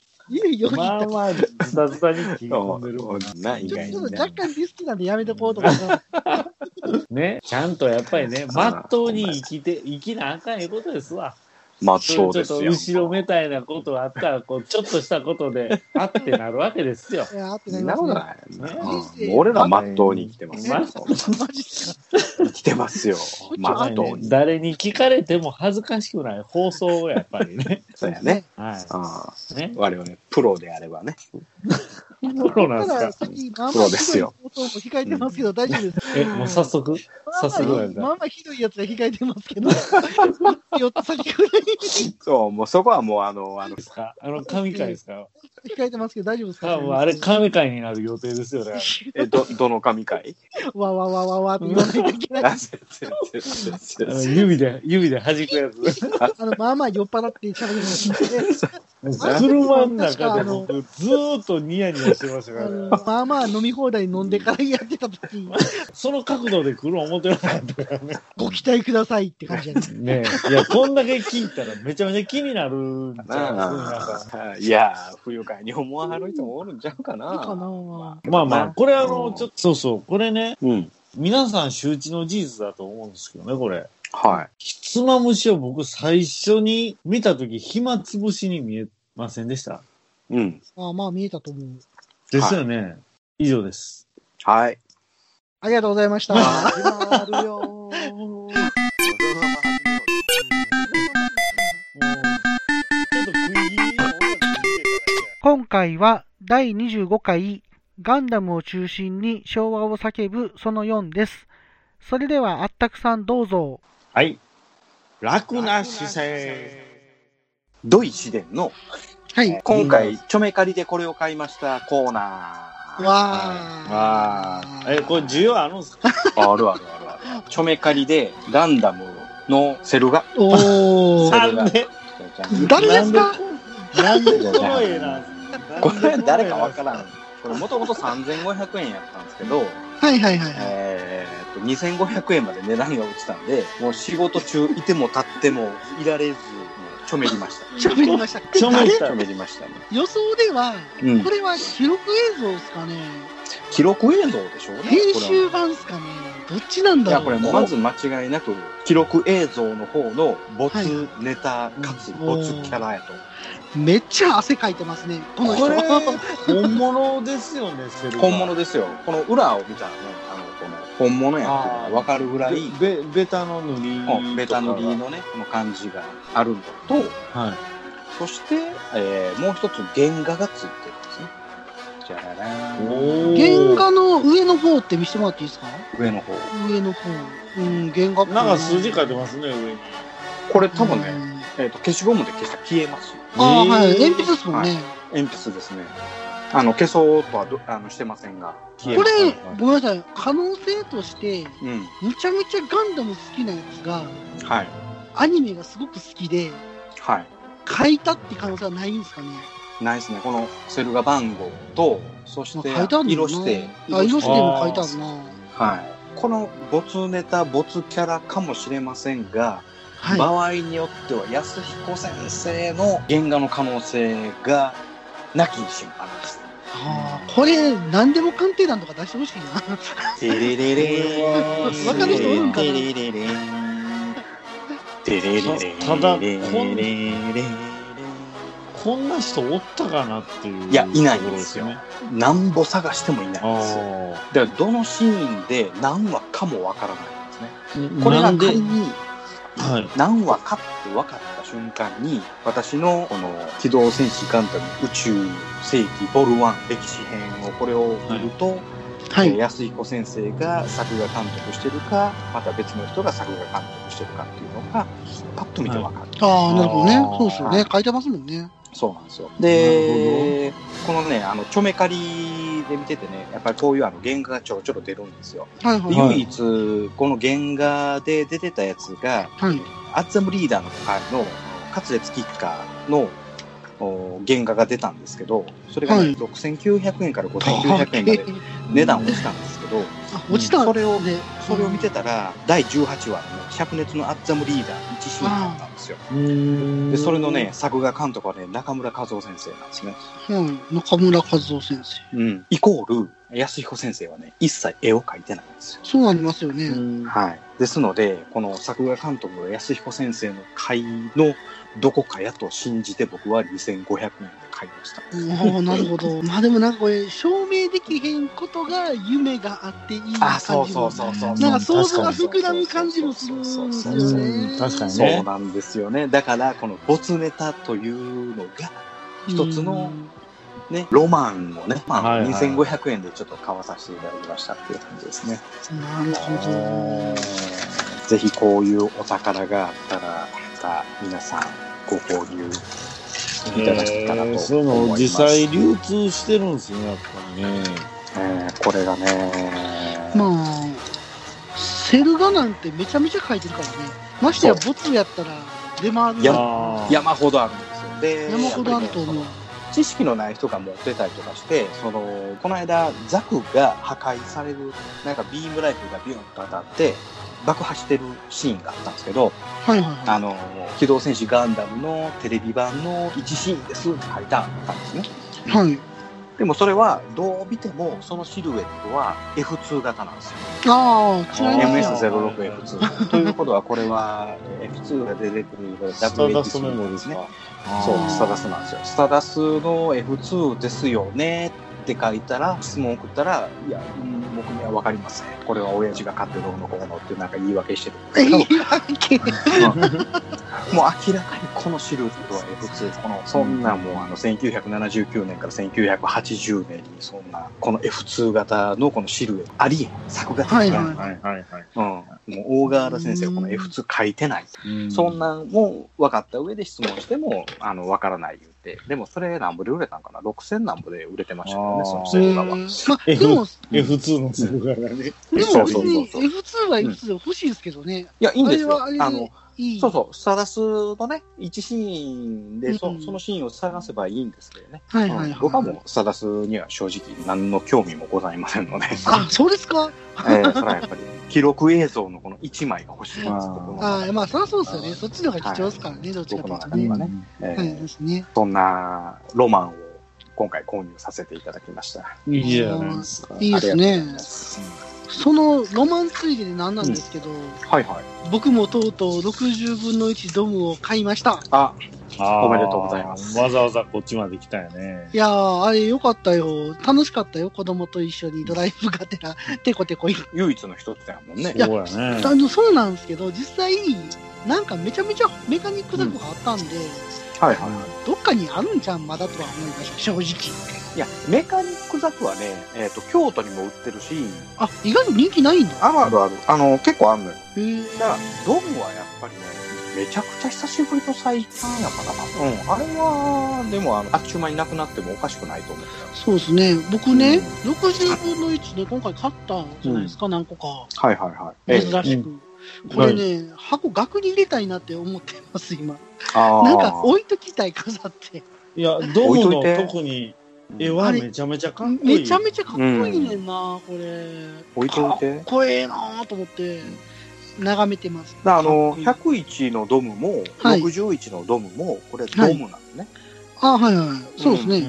B: いよ、
A: まあまあ、ズタズタに切り込んでるもん
C: そうな意
B: ちょ
C: 外
B: っ
C: に
B: と
C: ね
B: 若干リスクなんでやめとこうとかさ、
A: ね、ちゃんとやっぱりね、
C: ん
A: まっとうに生きて、生きなあかんいうことですわ。
C: まあ、そうです
A: ちょっ
C: よ。
A: と後ろめたいなことあったら、こう、ちょっとしたことで、あってなるわけですよ。
B: いやーってな
C: そ
B: りま
C: んな
B: す
C: こと
B: ね。
C: ないな。うんもう俺らまっとうに生きてますよ。
B: マジっすか。
C: 生きてますよ。まっとうに。
A: 誰に聞かれても恥ずかしくない放送をやっぱりね。
C: そうやね。
A: は
C: あ
A: い。ね。
C: 我々、プロであればね。
A: そうな
B: た
A: んで
B: だ、
A: す
B: さ
A: か
B: っ。き、まあま
C: そ
B: あ
C: う
B: ひど
C: です
B: い
C: よ
B: 放送も控えてますけど、大丈夫です。
A: え、もう早速。
B: ま
A: さ
B: あ
A: すが
B: まあ
A: や
B: いい、
A: な
B: まあまあひどいやつが控えてますけど、4つ先ぐらい
C: そう、もうそこはもう、あの、あの
A: で、すかあの、神回ですか
B: 控えてますけど、大丈夫ですか
A: 多分あれ、神回になる予定です よね。
C: え、ど、どの神 回
B: わわわわわって言わないといけない。
C: あ全然全
A: あ
C: 然
A: の
C: 全然
A: 指で、指で弾くや つ。
B: あの、まあまあ酔っ払って喋ります ので、
A: 車の中で僕、ずーっとニヤニヤしてましたか
B: あ
A: ら
B: の
A: ね。
B: まあまあ飲み放題飲んでからやってた時
A: その角度で来る思ってなかったからね。
B: ご期待くだ さいって感じやね。
A: ねえいや、こんだけ聞いたらめちゃめちゃ気になるんじゃないですか、皆さん。
C: あ いやー、不愉快に思わはる人もおるんちゃうかな。
B: いいかな
A: まあまあ、これあの、
C: うん
A: ちょっと、そうそう、これね、
C: うん。
A: 皆さん周知の事実だと思うんですけどね、これ。
C: は
A: ひつまむしを僕最初に見たとき、暇つぶしに見えませんでした。
C: い。うん。
B: まあまあ見えたと思う。
A: ですよね。以上です。
C: はい。
B: ありがとうございました。
C: あるよ
A: ちょっと食い気味の音が聞いてただけ
B: 今回は第25回ガンダムを中心に昭和を叫ぶその4です。それではあったくさんどうぞ。
A: はい。楽な姿勢。
C: 土井紫伝の、
B: は
C: えー
B: い。
C: 今回、ちょめかりでこれを買いましたコーナ
B: わ
C: ー。
A: あ
B: ー。
A: あ。え、これ需要あるんですか
C: あるあるあるある。ちょめかりで、ガンダムのセル画。
B: お
C: そ
B: ー。
A: な
C: れが
A: んで
B: 誰ですか
A: なんでこの絵なん
C: これ誰かわ
A: わ
C: からん。これもともと3500円やったんですけど、
B: はいはいはいはい。
C: えーっと、2500円まで値段が落ちたんで、もう仕事中いても立ってもいられず、もうちょめりました。
B: 喋りました。
A: ちょめり
B: 誰
A: た
C: ちょめりましたね。
B: 予想では、
C: うん
B: こ。れは記録映像ですかね
C: 記録映像でしょうね。
B: 編
C: これは
B: 集版ですかねどっちなん
C: い
B: だ
C: や、
B: ろう
C: これ、まず間違いなく、記録映像の方の没ネタ、かつ没キャラやと。
B: めっちゃ汗かいてますね。この人
A: こ。れ、本物ですよね、セル
C: 本物ですよ。この裏を見たらね、あの、この本物やっていうのがわかるぐらい、
A: べ、べベタの塗りとかが。
C: ベタ塗りのね、この感じがあるのと、
A: はい。
C: そして、えーもう一つ原画がついてるんですね。じゃららーん
A: お
B: 原画の上の方って見せてもらっていいですか
C: 上の方。
B: 上の方。うん、原画っぽい
A: なんか数字書いてますね、上に。
C: これ多分ね、
B: うん
C: えっ、と、消しゴムで消したら消えます。
B: ああ、は
A: え
B: い。
A: ー
B: 鉛筆ですもんね。
C: 鉛筆ですね。あの、消そうとはどあのしてませんが、消え
B: こ
C: ます。
B: れ、ごめんなさい。可能性として、
C: うん。
B: むちゃめちゃガンダム好きなやつが、
C: はい。
B: アニメがすごく好きで、
C: はい。
B: 書いたって可能性はないんですかね
C: ないですね。このセルガ番号と、そして
B: まあ書いてあるの
C: 色
B: かな
C: して。
B: あ、色しても書いてあ
C: す
B: るな。
C: はい。この没ネタ、没キャラかもしれませんが、
B: はい。
C: 場合によっては安彦先生の原画の可能性がなきにしもあらず。
B: あーこれ、何でも鑑定団とか出してほしいな。
C: テレレレーン。
B: わかる人おるんかな
C: テレレレーン。テレレレーン。
A: たただこん
C: テレレレー
A: こんな人おったかなっていう。
C: いやいないんですよ
A: ところ
C: ン。なんぼ探してもいないんですよ。
A: ね。あ
C: だからどのシーンで何話かもわからないんですね。
A: あ。
C: これ
A: な
C: が
A: んで
C: 仮に
A: はい。
C: 何話かって分かった瞬間に、私のこの機動戦士ガンダム宇宙世紀ボルワン歴史編をこれを見ると、
B: は
C: えー
B: い。
C: 安彦先生が作画監督してるか、また別の人が作画監督してるかっていうのが、パッと見て分かる。
B: ああ、なるほど
A: あ
B: ね
A: ー。
B: そうですよね。書いてますもんね。
C: そうなんですよ。で、このね、あの、ちょめかりで見ててね、やっぱりこういうあの原画がちょろちょろ出るんですよ。
B: はいは
C: で
B: い。
A: はい
C: 唯一、この原画で出てたやつが、
B: はい。
C: アッツムリーダーの会の、カツレツキッカーのお原画が出たんですけど、それが、ね
B: はい
C: 6900円から5900円まで値段落ちたんですけど、
B: あ、落ちた。
C: それを
B: ね、
C: それを見てたら、第18話の灼熱のアッツムリーダー1シーンだったんですよ。
A: で
C: で、それのね、、作画監督はね、中村和夫先生なんですね。
B: はい。中村和夫先生。
C: うん。イコール、安彦先生はね、一切絵を描いてないんですよ。
B: そうなりますよね。
C: はい。ですので、この作画監督の安彦先生の会のどこかやと信じて僕は2500円で買いました。
B: ああ、なるほど。 まあでもなんかこれ、証明できへんことが夢があっていい感
C: あ、
B: じ
C: そうそ
B: も
C: うそうそう。
B: なんか想像が膨らむ感じもするんです
C: そ
B: よ
C: う
B: ね。
C: そううそう
A: うん確かに
C: そ
A: ね
C: うなんですよね。だから、この没ネタというのが、一つのね、ロマンをね、まあ、
A: はいはい
C: 2500円でちょっと買わさせていただきましたっていう感じですね。
B: うん。なるほど。
C: ぜひこういうお宝があったら、また皆さんご購入いただけたらと思
A: えー
C: います。
A: そういうのも実際流通してるんですね、やっぱりね。
C: えーこれがね、
B: まあ、セル画なんてめちゃめちゃ書いてるからね。ましてや、ボツやったら出回る。
C: いや
A: あー
C: 山ほどあるんですよ。で、
B: 山ほどあると思
C: や
B: う
C: っぱりね。その知識のない人が持ってたりとかして、その、この間、ザクが破壊される、なんかビームライフルがビュンと当たって、爆破してるシーンがあったんですけど、
B: はいはい
C: あ
B: は
C: の、機動戦士ガンダムのテレビ版の1シーンですって書いてあったんですね。
B: い。はい。
C: でもそれは、どう見ても、そのシルエットは F2 型なんですよ。
B: ああ、違い
A: あ
B: ますよ。
C: MS06F2。ということは、これは、F2 が出てくる、これ
A: スターダストメモ
C: WX
A: ですね。
C: そう、スタダスなんですよ。スタダスの F2 ですよねっって書いたら、質問送ったら、いや、うん僕には分かりません。これは親父が買ってどうのこうのってなんか言い訳してる。
B: 言い訳
C: もう明らかにこのシルエットはえ普通このそんなもうあの1979年から1980年にそんなこの F2 型のこのシルエットありえん作画的
B: はい
C: に、
B: はい
A: はいはいはい。
C: うん、もう大河原先生がこの F2 書いてない、そんなんも分かった上で質問してもあの分からない言ってでもそれ何部で売れたんかな6000何部で売れてましたよね
A: あー
C: その
B: う
C: 作
B: ん
C: 画
B: ま
C: は。
B: あ、でも、
A: F2 の通貨がね。
B: で
C: そ
B: も別
C: うそうそう
B: に
C: そう
B: F2 は F2 で欲しいですけどね。
C: いやいいんですよ
B: あれはあ
C: あ
B: れで
C: の
B: いい。
C: そうそう、探すのね、一シーンでそ、
B: うん
C: そのシーンを探せばいいんですけどね。
B: はいはいはい。
C: 僕はもう、サダスには正直、何の興味もございませんので、え
B: あ、そうですか
C: ーそれはやっぱり、記録映像のこの1枚が欲しいんです、
A: あー
C: 僕の中
B: あ
C: で
B: ーまあ、そりゃそうですよね。そっちの方が貴重ですからね、どっちかというと
C: 僕の中で
B: ね。は
C: はねえ
B: い、
C: ー
B: ですね。
C: そんなロマンを今回購入させていただきました。
A: いいじゃないですか。
B: いいです
C: ありがとうござい
B: ね
C: ま。す
B: そのロマンついでで何なんですけど、
C: はいはい。
B: 僕もとうとう60分の1ドムを買いました。
C: あ、
A: あー
C: おめでとうございます
A: わざわざこっちまで来たよね
B: い。やー、あれよかったよ。楽しかったよ。子供と一緒にドライブがてら、 テコテコ行っ
C: 唯一の一つだもんね。
A: そうやね
B: た。あのそうなんですけど、実際、なんかめちゃめちゃメカニックだこがあったんで、
C: はいはいは
B: どっかにあるんじゃん、まだとは思いました、正直。
C: い。いや、メカニックザクはね、えっ、と、京都にも売ってるし、
B: あ、意外と人気ないんだ。
C: あるあるある。あの、結構あんのよ。
B: へー
C: だから、ドムはやっぱりね、めちゃくちゃ久しぶりと最近やからな。うん。あれは、でもあの、あっちゅう間になくなってもおかしくないと思うけ
B: そうですね。僕ね、
C: う
B: 60分の1で今回買ったじゃないですか、何個か。
C: ど。はいはいはい。え
B: 珍
C: え
B: し
A: え
B: く。これね、箱額に入れたいなって思ってます、今。
C: あー
B: なんか置いときたい、飾って。
A: いや、ドム
C: 置いとい
A: の
C: て
A: 特に絵はめちゃめちゃかっこいい。
B: めちゃめちゃかっこいいねんな、これ。
C: 置いといて
B: かっこええなと思って、眺めてます。
C: だからあの、
B: かっこいい
C: 101のドムも、
B: はい
C: 61のドムも、これドムなのね。
B: あ、はいはい。そうですね。
A: うんう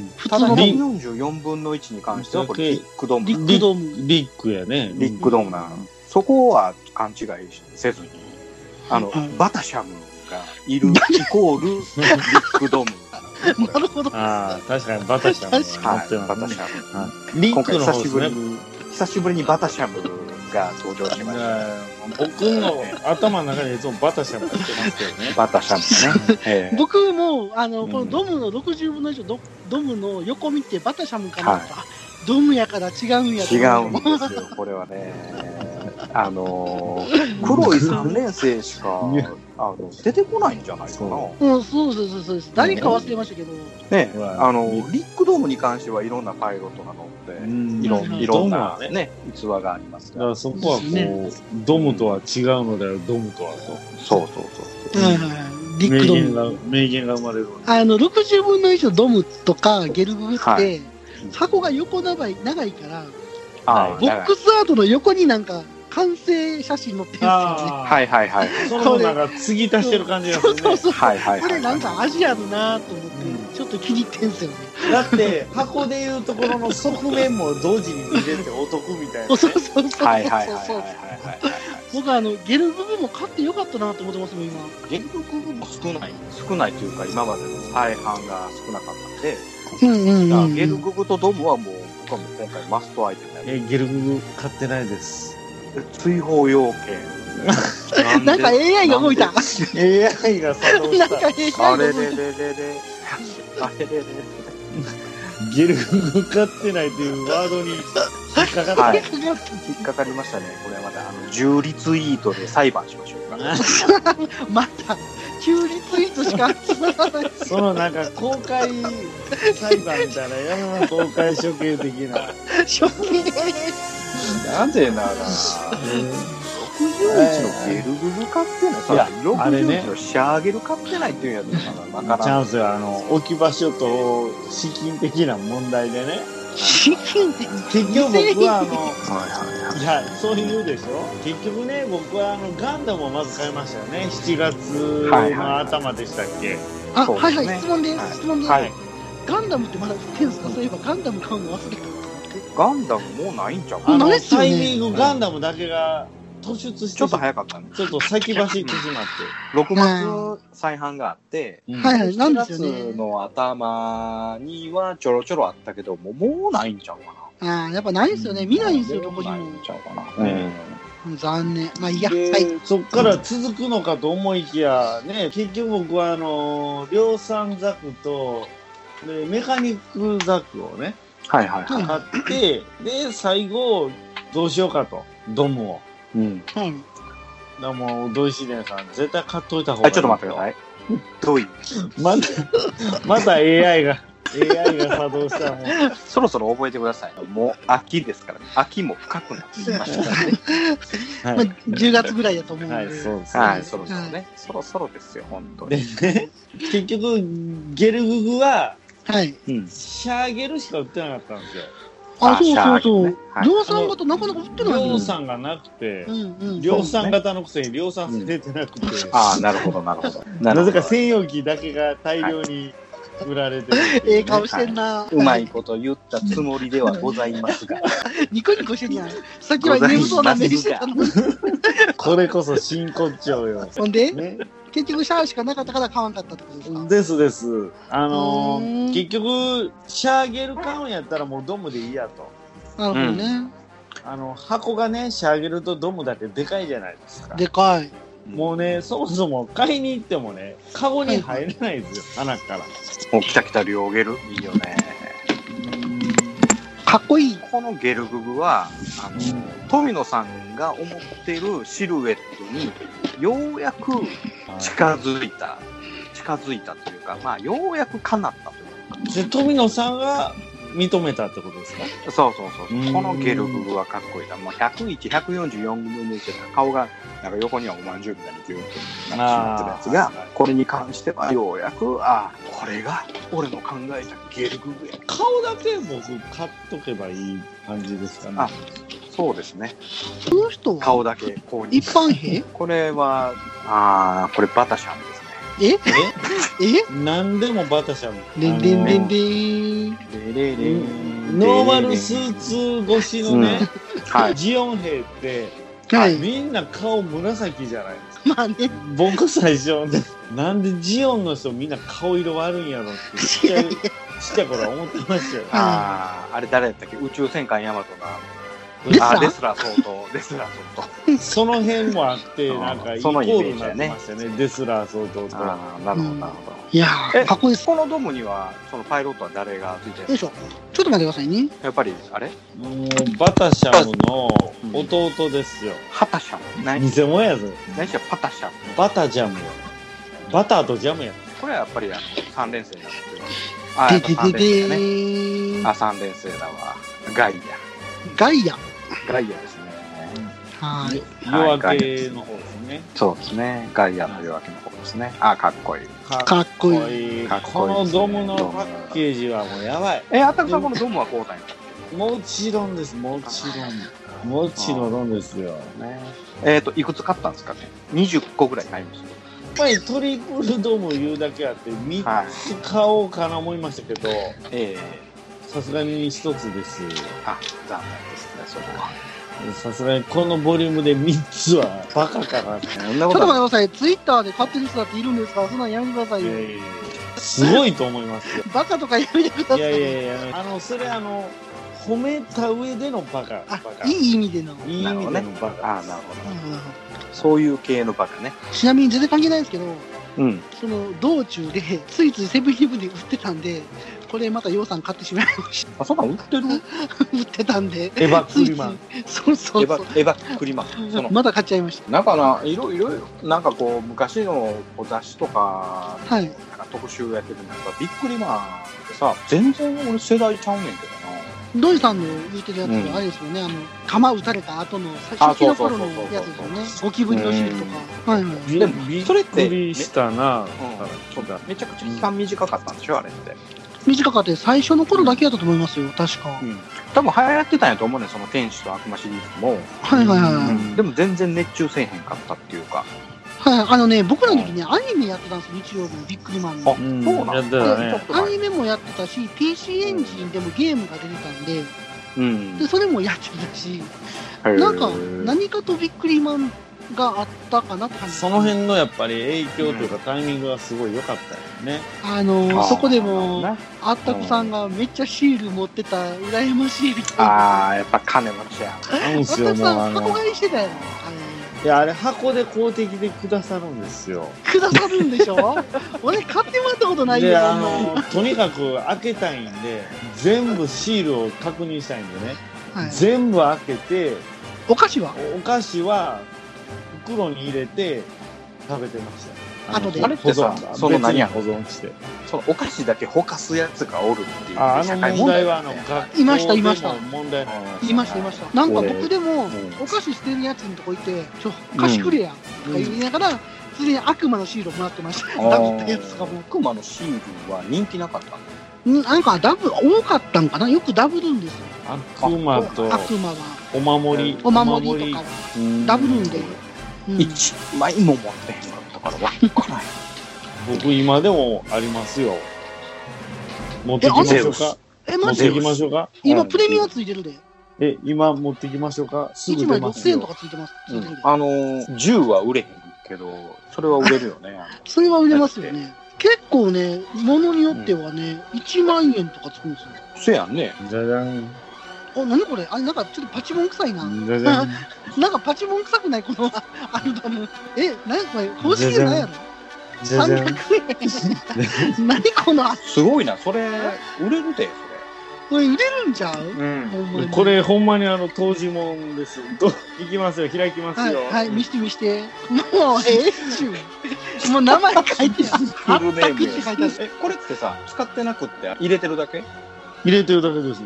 A: ん
B: 普
C: た
B: 通
C: だ、
B: の
A: リ
C: 44分の1に関しては、これビッグドム
B: リ
C: な
B: ッ
C: の。
B: クドーム
A: うん。リックやね。
C: ビッグドムなの。そこは勘違いせずに、あの、
B: はい
C: バタシャムがいるイコール、ビッグドムな のね。
B: な
C: こ
B: る
C: れ
B: ほど。
A: ああ、確かにバタシャ
B: 確
A: ム
B: か
A: は
B: に
A: 持って
C: はい、
A: ます
C: バタ
A: ね
C: シ。ャム。
A: はいリックの方ですね
C: 今回久し。久しぶりにバタシャムが登場しました。
A: 僕の頭の中でいつもバタシャムやってますけどね。
C: バタシャムね。ええ
B: 僕も、あの、
C: うん
B: このドムの60分の1ドドムの横見てバタシャムかなとか、ドムやから違うんやと
C: 違
B: 思
C: う
B: っ
C: ん
B: て
C: ですよ、これはね。あのー、黒い3年生しか
A: いや
C: あの出てこないんじゃないかな。
A: そ
B: うん、そうです、そうですそうです。誰か忘れましたけど、
C: ね、
A: うわ
C: あの、リックドームに関してはいろんなパイロットが乗って、いろ
B: うんん
C: いろん
A: ドムは
C: な、
A: ね
C: ね、逸話があります
A: だ
C: が
A: からそこはこう、
B: ね
A: ドムとは違うのだよ、ドムとはと。
C: そうそうそう。
B: はいはいはいリッ
A: 名
B: クド
A: 言
B: ム。
A: が、名言が生まれるわ
B: あの、60分の1のドムとかゲルブって、
C: はい
B: 箱が横長い長いから、
A: は
C: あー
A: い
B: ボ
C: だ
B: ッ
C: か
B: クスアートの横になんか完成写真載ってるんですよね。
C: ら
A: は。
C: はいいはいはい。
A: それもなんか継ぎ足してる感じがする
B: そう
A: ね。
B: そうそう。
C: はいはいはい。
B: これなんかアジアだなと思って、
A: う
B: ちょっと気に入ってんすよね。
A: だって、箱でいうところの側面も同時に見れてお得みたいな、
B: そう
A: ね。
B: そうそうそうそう。
C: はいはいはいはいはいはい。
B: 僕はあの、ゲル部分も買ってよかったなと思ってますもん、今。
C: 原曲も少ない少ないというか今までの再販が少なかったんで、
B: うんう
C: だ
B: んう
C: から
B: ん。
C: ゲルググとドムはもう僕はもう今回マストアイテムやね
A: え、ゲルググ買ってないです。
C: 追放要件
B: なんか AI が動いた。
C: なん
B: なんか
A: AI が作動した。
B: AI が
C: あ
B: 動
C: れ
B: い
C: れ
B: た。
C: れれれあれれれれ
A: ゲルググ買ってないっていうワードに引っかかった。
C: はい
B: かか
C: 引っかかりましたねこれはまたあの10リツイートで裁判しましょうか
B: ったまた、急リツイートしか集まらない。
A: そのなんか公開裁判みたいな、やめろ公開処刑的な。
B: ショッキング
C: なぜなら
A: え
C: 61の
A: ー
C: ゲルググ買ってない
A: いや
C: そら
A: あれね
C: 61のシャーゲル買ってないっていうやつだからわか
A: チ
C: ら
A: ャ
C: ん
A: ンスよ、あの、置き場所と資金的な問題でね。
B: シキンって、
A: 結局僕はあの、
C: はいはいはい
A: いや、そういうでしょ結局ね、僕はあの、ガンダムをまず買いましたよね。7
C: はい
A: 月
C: はい
A: の
C: はい
A: 頭でしたっけ。
B: あ、
C: そう
B: はい
C: です
B: は
C: ね
B: い、質問で
C: はい
B: す、質問で
A: はい
B: す。ガンダムってまだ売ってんすかそういえばガンダム買うの忘れた。
C: ガンダムもうないんちゃう
A: あ
B: ない
A: の、
B: っすよ
A: タ
B: ね
A: イミングガンダムだけが突出して、
C: ちょっと早かったね。
A: ちょっと先走ってしまって。
C: 6月再販があって、
A: うん
B: はいはい、なん
C: 7
B: ですよ
C: 月
B: ね。
C: の頭にはちょろちょろあったけど、もうもうないんちゃうかな。
B: ああ、やっぱないですよね。見ないんですよ、どこに
C: ない
B: も。
C: んちゃうかな。
A: うん
B: うん残念。まあいいや、
A: で
B: はい。
A: そっから続くのかと思いきや、ね、結局僕はあのー量産ザクとでメカニックザクをね
C: はいはい
B: は
C: はい
A: 買ってで最後どうしようかとドムを。
C: い。うん。
B: はい。
A: だからもう土井デンさん絶対買っといた方が
C: はいい、
A: い
C: ちょっと待ってください。どういう
A: またまた AI が AI が作動したらもう
C: そろそろ覚えてください。もう秋ですからね。秋も深くなってきましたからね。
B: まあ、10月ぐらいだと思うんで。
A: はい、そうです、ね。
C: はい、そろそろね。そろそろですよ、本当
A: で
C: に。
A: ね、結局、ゲルググは、
B: はい。
C: うん。
A: シャーゲルしか売ってなかったんですよ。
B: あ、そうそうそ
C: あシャーね
B: う。
C: はい
B: 量産型なかなか売ってない
A: 量
B: の
A: 産がなくて
B: う、んうん。
A: 量産型のくせに量産されてなくて、
C: ああ、なるほど、なるほど。
A: な
C: なる
A: ぜ
C: ほ
A: か
C: ど。
A: 専用機だけが大量に売られてるっていうね
B: ええ顔してんな。
C: うまい。こと言ったつもりではございますが、
B: ニコニコしてるやん。さっきは眠そうな目してたのに。
A: これこそ真骨頂よ。
B: ほんで、
A: ね、
B: 結局シャアしかなかったから買わんかったってことですか
A: ですです。あの
B: う
A: ー
B: ーん
A: 結局、シャーゲル買うんやったらもうドムでいいやと。
B: なるほどね。
A: あの、箱がね、シャーゲルとドムだけでかいじゃないですか。
B: でかい。
A: もうね、そもそも買いに行ってもね、カゴに入れないですよ、穴から。
C: もうきたきた両ゲル、いいよね。
B: かっこいい。
C: このゲルググは、あの、富野さんが思ってるシルエットに、ようやく近づいた、近づいたというか、まあ、ようやく叶ったという
A: で、富野さんが認めたってことですか
C: そうそうそう
A: うん
C: このゲルググはかっこいいな。まあ、101、144分の1だから顔が、なんか横にはおまんじゅうみたいにギューンとなってるやつが、これに関してはようやく、ああ、これが俺の考えたゲルググや。
A: 顔だけ僕買っとけばいい感じですかね。
C: あそうですね。
B: この人は
C: 顔だけ購入
B: 一。般兵
C: これは、ああ、これバタシャンですね。
B: え
A: 何でもバタシャム。
B: でんでんでんで
A: あ
B: ーん。
C: レレレン
A: のノーマルスーツ越しのね、
C: はい。
A: ジオン兵って、
B: はい。
A: みんな顔紫じゃないですか。
B: まあね。
A: 僕最初、なんでジオンの人みんな顔色悪いんやろって、ちっ ちゃい、ちっちゃい頃は思ってましたよ。
C: ああ、あれ誰だったっけ宇宙戦艦ヤマト
B: レス
C: が。
B: ラ
C: あ
B: ー
C: あ、レスラー相当、レスラー相当。
A: その辺もあ って、なんかイコ
C: そのイメ
A: ール
C: ー
A: に
C: ジ
A: なっ
C: だね
A: てましたね、デスラー相当と。
C: ああ、なるほど、なるほど。
B: いやー、
C: え
B: かっこいいです。
C: このドームには、そのパイロットは誰がついてるん
B: よ
C: で
B: い
C: す
B: し
C: か
B: ょ。ちょっと待ってくださいね。
C: やっぱり、あれ
A: もうバタシャムの弟ですよ。
C: ハタシャム。何
A: 偽物やぞ。
C: 何しろパタシャム。
A: バタジャムよ。バターとジャムや。
C: これはやっぱり、あの、3連戦になってる。ああ、や
B: で
C: っぱ
B: で
C: 3
B: で
C: 連戦だね。
B: で
C: あ、
B: ー。
C: 3連戦だわ。ガイ
B: ガイア。
C: ア。ガイアですね。
B: はい。
A: 夜明けの方ですね。
C: そうですね。ガイアの夜明けの方ですね。ああ、かっこいい。
A: かっ
B: かっこい
A: こ
B: い。
A: いい。
C: かっ
A: こ
C: こいい
A: の
C: ですね
A: ドムのパッケージはもうやばい。
C: え、あたくさんこのドームは交代になっ
A: もちろんです、もちろん。もちろんですよ。
C: たね。えっ、と、いくつ買ったんですかね ?20 個ぐらい買いました。
A: やっぱりトリプルドム言うだけあって、3つ買おうかな思いましたけど、
C: ええ
A: さすがに1つです。
C: あ、残念ですね、それは。
A: さすがにこのボリュームで3つはバカかなって。
C: そんな
B: ちょ
C: こ
B: っと
C: と
B: 待
C: は
B: ってください。ツイッターで勝手に人だっているんですから、そんなんやめてくださいよ。
A: すごいと思います よ。
B: バカとかやめてください。
A: いやいやいや、あの、それあの、褒めた上でのバカ。バ
B: あ
A: カ、
B: い
A: い
B: い意味での。
A: い意味でのバカ。
C: ああ、なるほど。
B: うん
C: そういう系のバカね。
B: ちなみに全然関係ないんですけど、
C: うん。
B: その道中でついついセブンイレブンで売ってたんで、これまた洋さん買ってしまいまし
C: あ、そんなん売ってる
B: た。 売ってたんで、
A: エヴァ
B: つ
A: ク
B: い
A: リ
B: つい
A: マン。。
B: そうそ
C: エ
B: う
C: ヴ
B: そ。
C: ァ、エヴァクリマン。そうの、
B: まだ買っちゃいまし
C: なんかな、いろいろ、なんかこう、昔のお雑誌とか、
B: た。はい。
C: なんか特集やってて、なんかびっくりマンってさ、全然俺世代ちゃうねんけど
B: ドイさんの言ってるやつ
C: うん
B: があれですよね、あの、弾撃たれた後の、
C: あ
B: 初期の頃のやつですよね。ゴキブリの汁とか。はいはい。
C: でも
A: びっ
C: それって
A: くりしたな。
C: な。うん。そうだ。めちゃくちゃ期間短かったんでしょ、あれって。
B: 短かったです最初の頃だけだったと思いますよ、確か。
C: うん。多分流行ってたんやと思うねん、その天使と悪魔シリーズも。
B: はいはいはい。
A: う
B: は
A: ん
B: い、
C: でも全然熱中せえへんかったっていうか。
B: あのね、僕らの時ね、アニメやってたんですよ、日曜日のビックリマンの
C: あ。
A: うん
C: そうなん
A: やってたね
C: ちょっと
B: ア
C: 前
B: ニメもやってたし、PC エンジンでもゲームが出てたんで、
C: うん
B: で、それもやってたし、
C: へー
B: なんか、何かとびっくりマンがあったかなって感じ。
A: その辺のやっぱり影響というかタイミングがすごい良かったよね。
B: あのー
C: あー
B: そこでも、
C: な
B: あったこさんがめっちゃシール持ってた、羨ましいみたいな。
C: ああやっぱ金持ちや
A: なんで
B: あった
A: すよ、
B: こ
A: もう
B: さ
A: あ
B: ん、箱
A: の。
B: 買いしてたよ。
A: いや、あれ箱で公的でくださるんですよ。
B: あれくださるんでしょ 俺買ってもらったことない
A: で、
B: よ、
A: あ
B: あの。
A: の、とにかく開けたいんで、全部シールを確認したいんでね。
B: はい、
A: 全部開けて、
B: お菓子は
A: お菓子は袋に入れて食べてました。の
B: 後で
A: 保存
C: あれってさその何や
A: 別に保存して。
C: そのお菓子だけほかすやつがおるっていう
A: ああ
C: 社
A: の
C: 会
A: 問
C: 問題
A: 題は
C: だ
A: あ
C: よ
A: の
C: ね
A: 学校
B: いましたいました
A: でも問題ない
B: いました、いました。なんか
C: 俺
B: 僕でも
C: ん、
B: お菓子捨てるやつのとこ行って、ちょ、お菓子くれや、とか言いながら、常に悪魔のシールをもらってました。ダブったやつとかも。
C: 悪魔のシールは人気なかった
B: うんなんかダブ、多かったんかなよくダブるんですよ。
A: 悪魔と
B: 悪魔は。
A: お守り
B: お守りとかは。ダブるんで。うん
C: 一枚も持ってへんかったからわっからへん
A: 僕今でもありますよ持ってきましょうか
B: え、
A: 持
B: マ
A: っ
B: ジ
A: て
C: ゼ
A: き
C: ウス
A: ましょうか
B: 今
A: うん
B: プレミアついてるで。
A: え今持ってきましょうかすぐ
B: 1枚
A: 出ます
B: 6000円
A: よ
B: とかついてます。つ
C: う
B: いてる
C: ん
B: で。
C: あのー銃は売れへんけどそれは売れるよね
B: それは売れますよね。結構ね、物によってはね、1万円とかつくんですよ。
C: せやんね
A: じゃじゃん
B: お、何これあれ、なんかちょっとパチモン臭いな。
A: じゃじゃん
B: なんかパチモン臭くないこのアルバム。え、何これ公式で何やろ
A: じゃじゃん
B: ?300 円。何この、
C: すごいなそれ売れるで
B: これ売れるんちゃ
C: そうれうん
B: ほんまに
A: これほんまにあの当時もんですどいきますよ開きます
B: はい、
A: よ
B: はい、見して見して。もう、ええっちゅう。もう名前書いてある。あ
C: フル
B: っ
C: ネ
B: た
C: ー
B: く
C: ム
B: って書いてある。
C: えこれってさ使ってなくって入れてるだけ
A: 入れてるだけです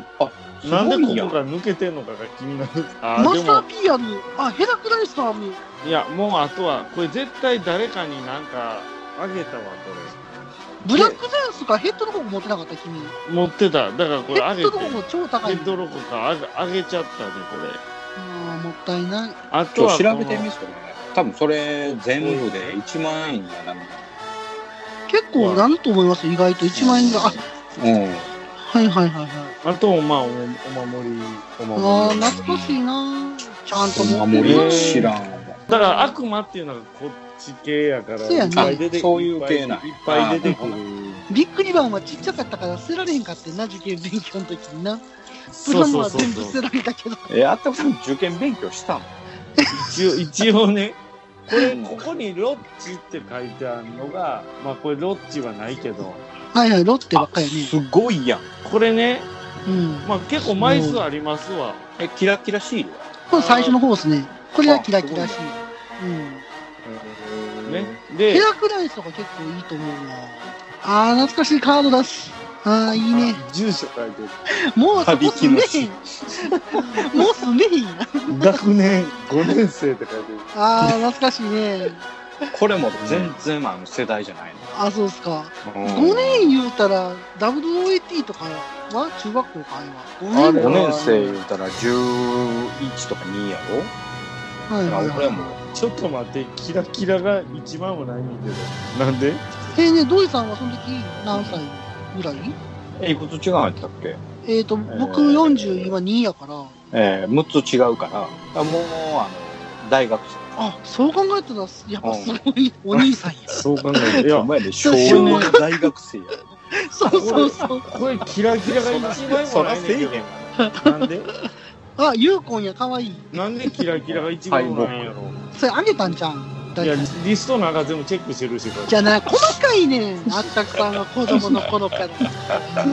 C: す
A: なんで
C: ごいや
A: ここが抜けてんのかが気になるあー
B: マ
A: で
B: スタ
A: も
B: ー P ある。あ、ヘラクライスターも。
A: いやもうあとはこれ絶対誰かになんかあげたわこ
B: ブラックゼウスかヘッドの方持ってなかった君。ヘ
A: れ持ってただからこれあ
B: ッ
A: げ
B: ド
A: て
B: の方超高
A: ヘ
B: い。
A: ッドロコかあげあげちゃったでこれ
B: あーもったいない。
A: あ
C: ち
A: と
C: ょ
A: は
C: っと調べ
A: この
C: てみそれ多分それ全部で1万円やな
B: 結構なると思いますよ意外と1万円が。あ、
C: うん
B: はいはいはいはい。
A: あと、まあ、おお守り、お
B: あ
A: 守
B: あ、
A: り。
B: 懐かしいなちゃんと
C: そんな
B: 持って
C: 森
A: お
B: るな
A: 守り
C: 知らんわ
A: だから、悪魔っていうのはこっち系やから、
B: そうやね
A: いっぱい出て
C: あそういう系なん
A: いっぱい出てくる
C: あ。
B: ビッグリバンはちっちゃかったから捨てられへんかってんな、受験勉強の時にな。プ
A: そ
B: ラ
A: う
B: モ
A: そう
B: は
A: そう
B: 全部捨
A: そ
B: て
A: う。
B: られたけど。
C: えあったこさん受験勉強したの
A: 一応、一応ね、これ、
C: うん
A: ここにロッチって書いてあるのが、まあ、これロッチはないけど、
B: はいはい、ロッテばっかりやね。
C: すごいやん
A: これね、
B: うん。
A: まあ、結構枚数ありますわ。
C: えキラキラシールは
B: これ最初の方ですね。これはキラキラしい。うん。
A: ね。
B: ヘ
A: で、
B: ラクライスとか結構いいと思うな。ああ、懐かしいカードだし。ああ、いいね。
A: 住所書いてる。
B: もうそこ
C: 旅
B: 住
C: 気
B: め
C: の
B: へん
C: し。
B: もう住めへんやん。
A: 学年5年生って書いてる。
B: ああ、懐かしいね。
C: これも全然あの世代じゃない
B: あそうっすか。
C: の
B: 5年言うたら WOAT とかは中学校かあれは5
A: あれ
B: 年
C: 5
A: は
C: 年生言うたら11とか2やろ
B: はい
C: だから
B: はい
C: 俺
B: は
C: も
A: ちょっと待って、キラキラが1万もないんだけど。なんで
B: いえね土井さんはその時何歳ぐらい
C: えいくつ違うんやったっけ
B: えっ、と僕
C: えー
B: 40今2やから
C: えー、6つ違うからだからもうあの大学生
B: あそう考えたらやっぱすごいお兄さんや
A: そう考えて。いや
C: お、前で
B: そ
C: 小
B: う
C: の大学生や
B: そうそうそう
A: これキラキラが1枚もないねんけど。なんで
B: あゆうこんやかわいい
A: なんでキラキラが1枚もないんやろ。
B: それあげたんじゃん
A: い
B: 大
A: や、
B: 体
A: リストの中全部チェックしてるし、これ
B: じゃあな細かいねんあったくさんは子供の頃から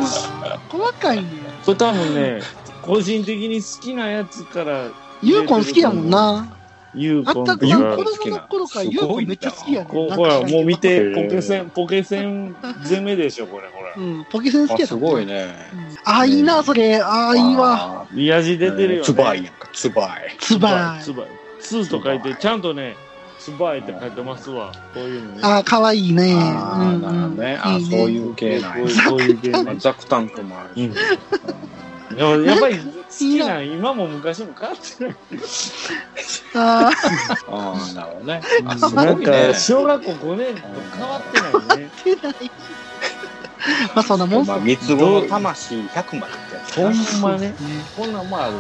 B: 細かいねん
A: これ多分ね、個人的に好きなやつから、
B: ゆうこん好きやもんな
A: ユー
B: あっ
A: コン
B: た
A: と
B: く
A: か
B: さん子供の頃からゆ
C: ゆうこん好きなす
B: うこ
C: ご
B: ん
C: いな
B: めっちゃ好きやね
A: こうほら、もう見て、
C: へー
A: ポケセン、ポケセン攻めでしょ、これ、ほら
B: う。ん、ポケセン好きや
C: あ
B: った
C: す
B: もんな
C: ごいね
B: うんあー、いいな、それ。あー、いいわ。
C: あ
A: リアジ
C: ー
A: 出てるよね。
C: えーつばいやんかつばい
B: つば
A: つばい。ツーと書いて、ちゃんとね、つばいって書いてますわ。こういうのね。
B: あー、かわいいね。
C: あ
B: う
C: ー
B: ん
C: なるほどね
B: ん
C: あーそう
B: い
C: い
B: ね
C: う系 なんや
A: こういう系ね
C: まあザクタンクもあるし、
A: でもやっぱり好きなん今も昔も変わってない。
B: あー
C: ああなるほどねあすご
A: なん
C: いね
A: か小学校5年と変わってないね。
B: 出ない。 まあそんなもんっす
C: まあ、
B: ね。
C: 三つ子の魂100までってやつ
A: ほんまね。
C: こんなんもある。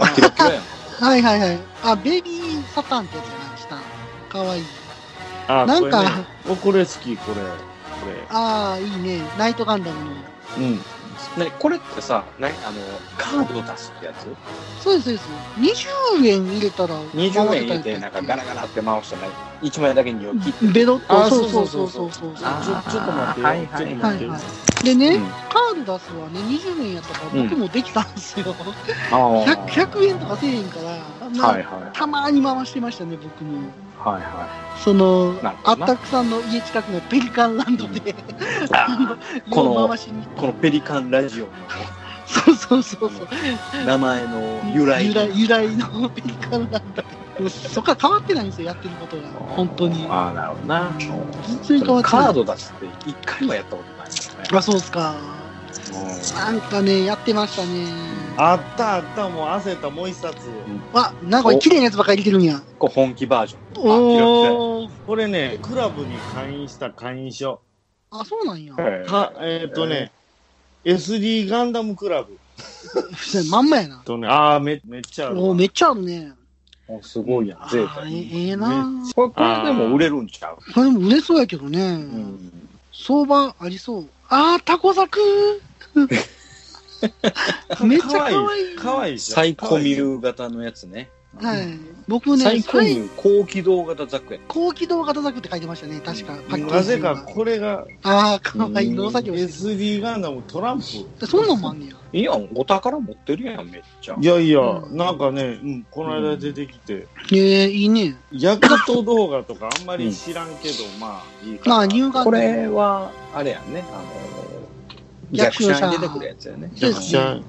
C: あキラキラやん。
B: はいはいはい。あ、ベビーサタンってやつやな、したん。かわいい。
A: あ、
B: なんか
A: これね、おこれ好き、これ。これ。
B: ああ、いいね。ナイトガンダムの。
C: うん。何これってさ、何あの、カード出すってやつ
B: そうです、そうです。20円入れたら、
C: ?20 円入れて、なんかガラガラって回してない。1枚だけにを切って。
B: ベロッと、
A: あ
B: そうそ
A: そうう
B: そ
A: そうう
B: そ
A: そうう
B: そう。
A: ちょ、ちょっと待ってよ。
C: はいは
A: ち
C: い
A: ょっと
B: は
A: 待って
B: い
A: よ。
B: はい。でね、
C: うん
B: カード出すはね、20円やったから僕もできたんですよ。
C: ああ
B: 100, 100円とかせえへんから、まあ
C: はいはい。
B: たまに回してましたね、僕も。
C: はいは
B: その
C: なる、ほ
B: あ
C: ど
B: っ
C: な
B: たくさんの家近くのペリカンランドで、
C: この
B: よう回しに
C: い。このペリカンラジオの
B: そうそうそうそう。
C: 名前の由来。
B: 由来由来のペリカンランドで。そこは変わってないんですよ、やってることが。本当に。
C: ああ、なるほどな。
B: 全然変わってない
C: カード出すって一回もやったことないですね。
B: あ、そうっすか。なんかね、やってましたね。
A: あったあった、もう焦った、もう一冊。
B: わ、なんかこれ綺麗なやつばっかり出てるんや。
C: こう本気バージョン。あ
B: おー。
A: これね、クラブに会員した会員証。
B: あ、そうなんや。
C: 開けた
A: かえっ、とね、SD ガンダムクラブ
B: まんまやな。
A: とね、ああ、めめっちゃあるわ。
B: おーめっちゃあるね。
C: おすごいやん、
B: あ
C: 贅
B: ー
C: 沢。
B: えええな。
C: これ、これでも売れるんちゃう
B: これも売れそうやけどね。
C: うん。
B: 相場ありそう。あー、タコザクめっちゃ可愛い。
A: かわいいでしょ
C: サイコミュー型のやつね。
B: はい。僕ね、
C: サイコミ
B: サイ
C: ュー高機動型ザックや
B: 高機動型ザクって書いてましたね、確か。パッケージ
A: なぜかこれが
B: ああ、かわいい。
C: うん
B: 農作業して
A: SD ガンダムトランプ。
B: る。そんなんもあんねや。
C: いやん、お宝持ってるやん、めっちゃ。
A: いやいや、
B: うん
A: なんかね、うん、この間出てきて、
B: ええいいね。
A: ヤクト動画とかあんまり知らんけど、まあいいかな。
B: まあ、乳がん
C: これは、あれやんね、あの、逆者に出てくるやつやね。
B: そ
A: め
B: うで
A: っ
B: す
A: ちゃ
B: ね。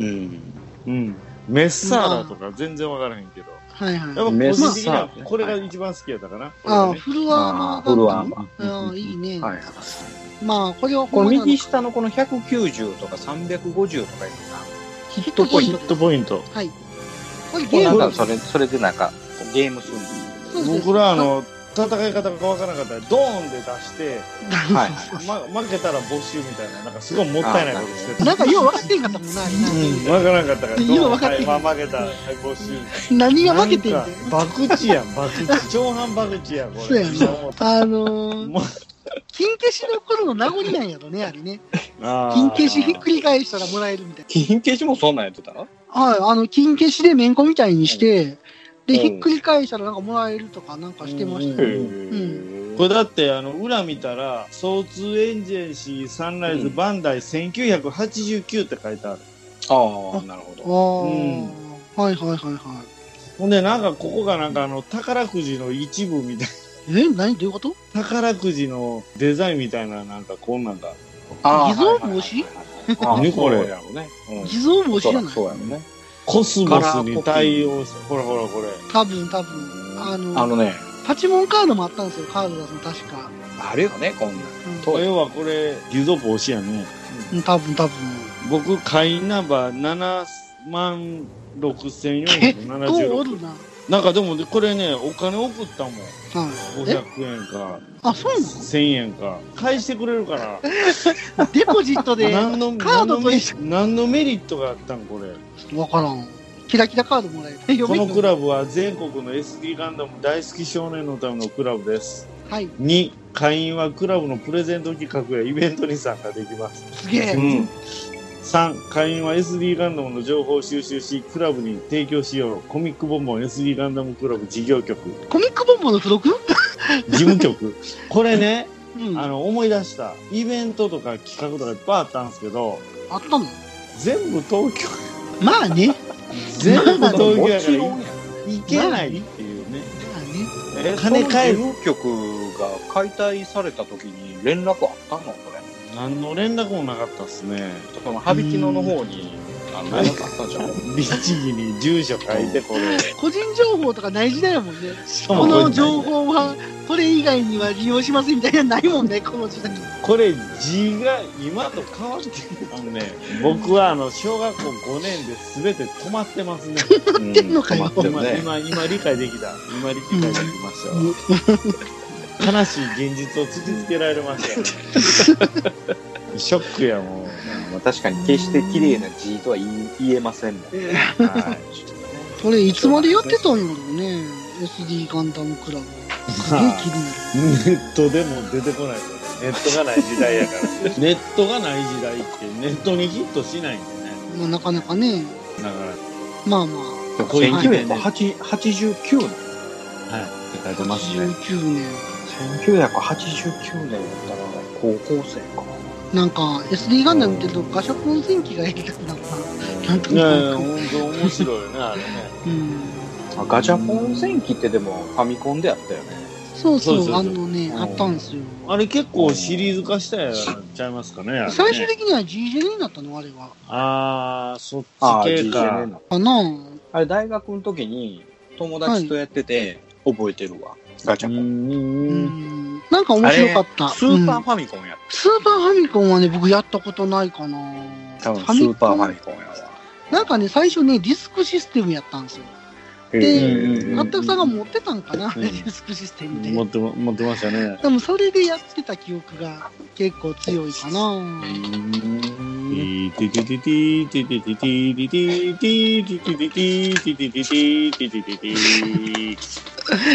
C: うん。
A: うん。メッサーラとか全然わからへんけど。
B: はい
A: やっぱ
B: は
A: 個
B: い。
C: メッサー
A: 人的には
C: ラ
A: これが一番好きやったかな。
B: ああ、
A: 俺ね
B: フルアーマー
C: ああ、フルアー
B: マ
C: マ
B: ー。
C: ー。
B: うん、いいね。
C: はい。
B: まあ、これは
C: こ
B: ほ
C: の
B: んま
C: 右下のこの190とか350とかいうのが、
B: ヒッ
C: トポイ
A: ヒットポイント。
B: はい。これ
C: こ
B: ゲ
C: れな
B: ー
C: ん
B: ム
C: かそれ、それでなんか、こうゲームするんです
B: そうです
A: 僕らあ、の、戦い方がわからなかったら、ドーンで出して、
C: はい
A: ま、負けたら没収みたいな、なんかすごいもったいないことしてた。
B: なんかよう分かってんかったもんな、あれな
A: うん、わからなかったから、
B: 今分かってる
A: はいまあ負けた、はい没収。
B: 何が負けてんだよ。
A: バクチやん、バク チ。上半バクチやん、こ
B: そう
A: れ。
B: やな。あのー
A: もう、
B: 金消しの頃の名残なんやろね、あれね。
A: あー
B: 金消しひっくり返したらもらえるみたい
C: 金消しもそんなんやってたの
B: な。はい、あの、金消しでめんこみたいにして、で、
C: うん
B: ひっくり返したらなんかもらえるとかなんかしてました
A: う
B: よ。
C: ん
A: これだって、あの、裏見たら、総通エンジェンシーサンライズバンダイ1989って書いてある。
C: ああ、なるほ
B: あー
C: ど。
B: はいはいはいはい。
A: ほんで、なんかここがなんかあの、宝くじの一部みたい
B: え、何どういうこと
A: な、 宝くじのデザインみたいな、なんかこんなんが。
C: あー
B: 偽造防止
C: はいはいはいは
A: 何
C: い
A: これ
C: あーそうやろね。うん
B: 偽造防止
C: そう
B: じ
C: だ
B: ゃない
C: そうやろね。
A: コスモスに対応して、ほらほらこれ。
B: 多分多分。あの、
C: あのね、
B: パチモンカードもあったんですよ、カード出すの確か。
C: あるよね、こんなん。
B: う
C: そ
B: ん
C: うや
A: 要はこれ、偽造防止やね。
B: うん、多分多分。
A: 僕、会員ナンバー7万
B: どうお
A: 6476。
B: るな。
A: なんかでも、これね、お金送ったもん。
B: はい。
A: 500円か、
B: あ、そうな
A: 1000円か。返してくれるから。
B: のデポジットで。
A: 何の
B: カードと一
A: 何のメ何のメリットがあったんこれ。
B: わからん。キラキラカードもらえる。
A: このクラ
B: ブ。
A: ブは全国の SD ガンダム大好き少年のためのクラブです。
B: はい。
A: 2、会員はクラブのプレゼント企画やイベントに参加できます。
B: すげえ。
C: うん。
A: 3、会員は SD ガンダムの情報を収集し、クラブに提供しよう。コミックボンボン SD ガンダムクラブ事業局、
B: コミックボンボンの付録
A: 事務 局。これね、
B: うん。
A: あ
B: あ
A: の、思い出した。イベントとか企画とかいっぱいあったんですけど、
B: ったの
A: 全部東京、
B: まあね。
A: 全部東京
C: も
A: やか
C: ち
A: ら
C: ろんや。
A: 行けないっていうね。
B: まあね。
A: え
C: 金
A: 金
C: 返
A: 返
C: る
A: る
C: 局が解体された時に連絡あったのこれ。
A: 何の連絡もなかったっすね。
C: その、羽引き野の方に、あの、連絡あったんじゃん。
A: 律儀に住所書いて、これ。
B: 個人情報とかない時代やもんね。こ
A: も
B: の情報は、これ以外には利用しますみたいなのないもんね、この時代。
A: これ字が今と変わってるあのね、僕はあの、小学校5年で全て止まってますね。
C: うん
B: ってんのかよ
C: 止まってる
A: 今、
C: ね。
A: 今、今理解できた。今理解できましたわ
B: うん。
A: 悲しい現実を突きつけられましたよね。ショックやもう。
C: まあ確かに決して綺麗な字とは言い言えませんもん。はいちょっとね
B: これいつまでやってたんやろうね SD ガンダムクラブすげえ気になる
A: ネットでも出てこないからね
D: ネットがない時代やから。
A: ネットがない時代ってネットにヒットしないんでね。
B: まあ、なかなかね
A: だから、
B: まあま
C: でも
A: こういう意味でね
C: 1989年。
A: はい。って書い
B: あ
A: てますね。
B: 89年
C: 1989年だったら高校生か。
B: なんか SD ガンダム見てるとガシャポン戦記がやりたくなったなんと
A: いやいや、
B: な
A: ほ
B: く
A: んと面白いよね、あれね。
B: うん
C: あガチャポン戦記ってでもファミコンであったよね。
B: そうそう
A: そうそうそう
B: あのねあったんすよ
A: あれ結構シリーズ化したやちゃいますかね。あれね
B: 最終的には g j になったのあれは
A: あー、そっ
C: ああ、
A: ち系か
C: GJN。の
B: かなぁ
C: あれ大学の時に友達とやってて覚えてるわ。ガチ
A: う
C: ャ
A: ん
C: ポ
A: う
C: ン。
A: ん
B: う
A: うん
B: んなんか面白かった
C: スーパ
B: う
C: ー
B: ん
C: ファミコンやっ
B: スーパーファミコンはね僕やったことないかなぁ
C: た。多分スーパーファ
B: ミ
C: ミコンやわ。
B: コンなんかね最初ねディスクシステムやったんですよ
A: で
B: あったくさんが持ってたんかな、
A: うん
B: ディスクシステムで。
A: 持ってま、持ってましたね。
B: でもそれでやってた記憶が結構強いかな。
A: ティティティティティティティティティティティティティティティティティティティテ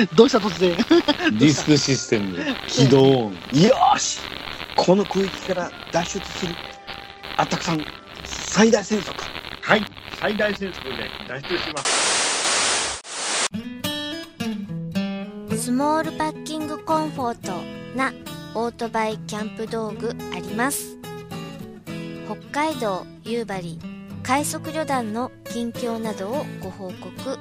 A: ィ
B: どうした突然。
A: ディスクシステム起動音。
C: よーしこの空域から脱出するあったくさん最大戦速
D: はい。最大戦争で脱出します。
E: スモールパッキングコンフォートなオートバイキャンプ道具あります北海道夕張快速旅団の近況などをご報告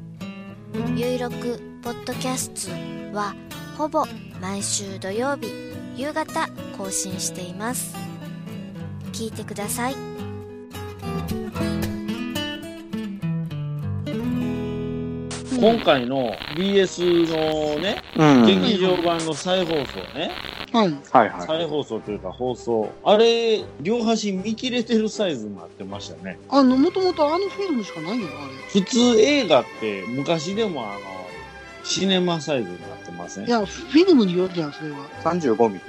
E: 「ゆいろくポッドキャスト」はほぼ毎週土曜日夕方更新しています聞いてください
A: 今回の BS のね、
C: うんはい
A: 劇場版の再放送ね、
B: はい。
C: は
A: 再放送というか放送、あれ、両端見切れてるサイズになってましたね。
B: あの、もともとあのフィルムしかないよ、あれ。
A: 普通映画って昔でもあの、シネマサイズになってません
B: いや、フィルムによるじゃん、それは。
C: い35ミリ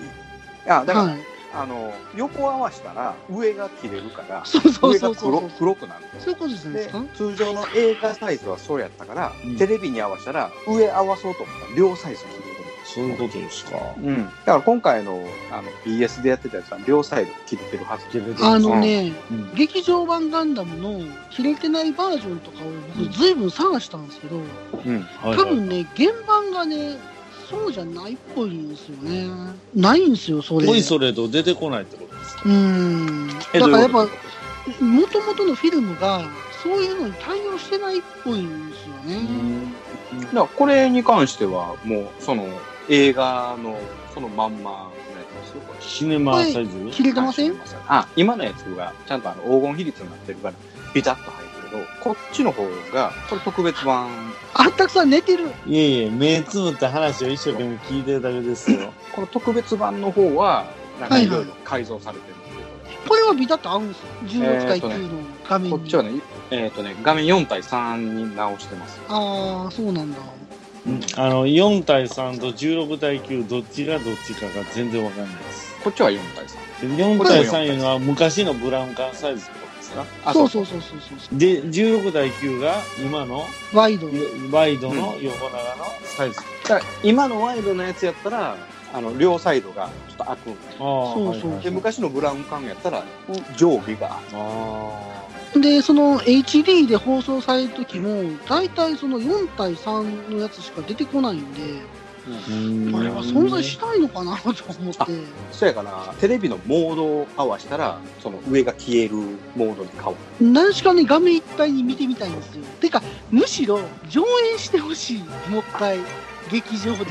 C: あだから、
B: はい。
C: あの横合わしたら上が切れるから
B: そうそう
C: 上
B: そ
C: が
B: うそう。
C: 黒黒くなる
B: そういうことじゃないです
C: で
B: か。
C: 通常の映画サイズはそうやったから、
A: うん
C: テレビに合わせたら上合わそうと思ったら両サイズにすることに
A: そういうことですか。
C: うん、だから今回のあの BS でやってたやつは両サイド切れてるはず
A: 切れてる
B: あのね、
A: うん
B: 劇場版ガンダムの切れてないバージョンとかを僕ずいぶん探したんですけど、
C: うん
A: はい
B: 多
A: はい
B: 分ね、原版がね、そうじゃないっぽいんですよね。ないんですよ、それ。
A: おいそれと出てこないってことですか
B: うーん。
C: え
B: だからやっ
C: どう
B: ぱ
C: いう、こ
B: もともとのフィルムが、そういうのに対応してないっぽいんですよね。
C: とだからこれに関してはもうその映画のそのまんまのやつですよこれ
A: シネマサイズ
B: 切れてません
C: あ今のやつがちゃんとあの黄金比率になってるからビタッと入るけどこっちの方がこれ特別版
B: あったくさん寝てる。
A: いえいえ、目つむって話を一生懸命聞いてるだけですよ。
C: この特別版の方はなんか
B: はいはい
C: いろいろ改造されてるんですけど、
B: これはビタッと合うんですよ。16対
C: えーとね
B: 9の画面に。
C: こっちはねえっ、とね画面4対3に直してます
B: ああ、そうなんだ。
A: あの、4対3と16対9、どっちがどっちかが全然わかんないです。
C: こっちは4対3
A: で4対3いうのは昔のブラウン管サイズってことですか
C: あ
B: そう
C: う
B: そうそうそうそうそ
A: で、16対9が今の
B: う。ワイド。
A: ワイドの横長のサイズ。
C: だから今のワイドのやつやったらあの両サイドがちょっと開くんで
A: ああ
B: そうそう
C: で昔のブラウン管やったら上下が
A: あ
B: で、その HD で放送される時も、大体その4対3のやつしか出てこないんで、
A: ー
B: あれは存在しないのかなと思って。
C: そうやからテレビのモードを合わせたらその上が消えるモードに変わる
B: 何しかね、画面いっぱいに見てみたいんですよ。てか、むしろ上映してほしい、もう一回、劇場で。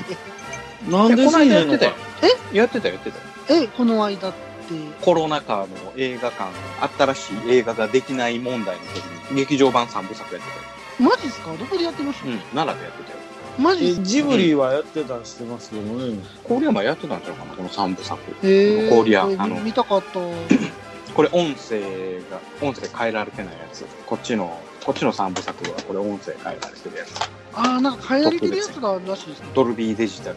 A: なんで
C: この
A: そう
C: 間や
A: な
C: って
A: の
C: た
A: か
C: よやってたよやってたよ
B: え、この間って、
C: コロナ禍の映画館新しい映画ができない問題の時に劇場版3部作やって
B: マジっすかどこでやってました
C: たよ、うん、奈良でやってたよ
B: マジっ
A: え
B: すか
A: ジブリはやってたりしてますけどね。
C: 郡山やってたんちゃうかなこの3部作
B: えー、
C: 氷屋
B: これ
C: あの
B: 見たかった。
C: これ音声が音声変えられてないやつこっちのこっちの3部作はこれ音声変えられてるやつ
B: あー、なんか変えられてるやつがあるらしいですね。
C: ドルビーデジタル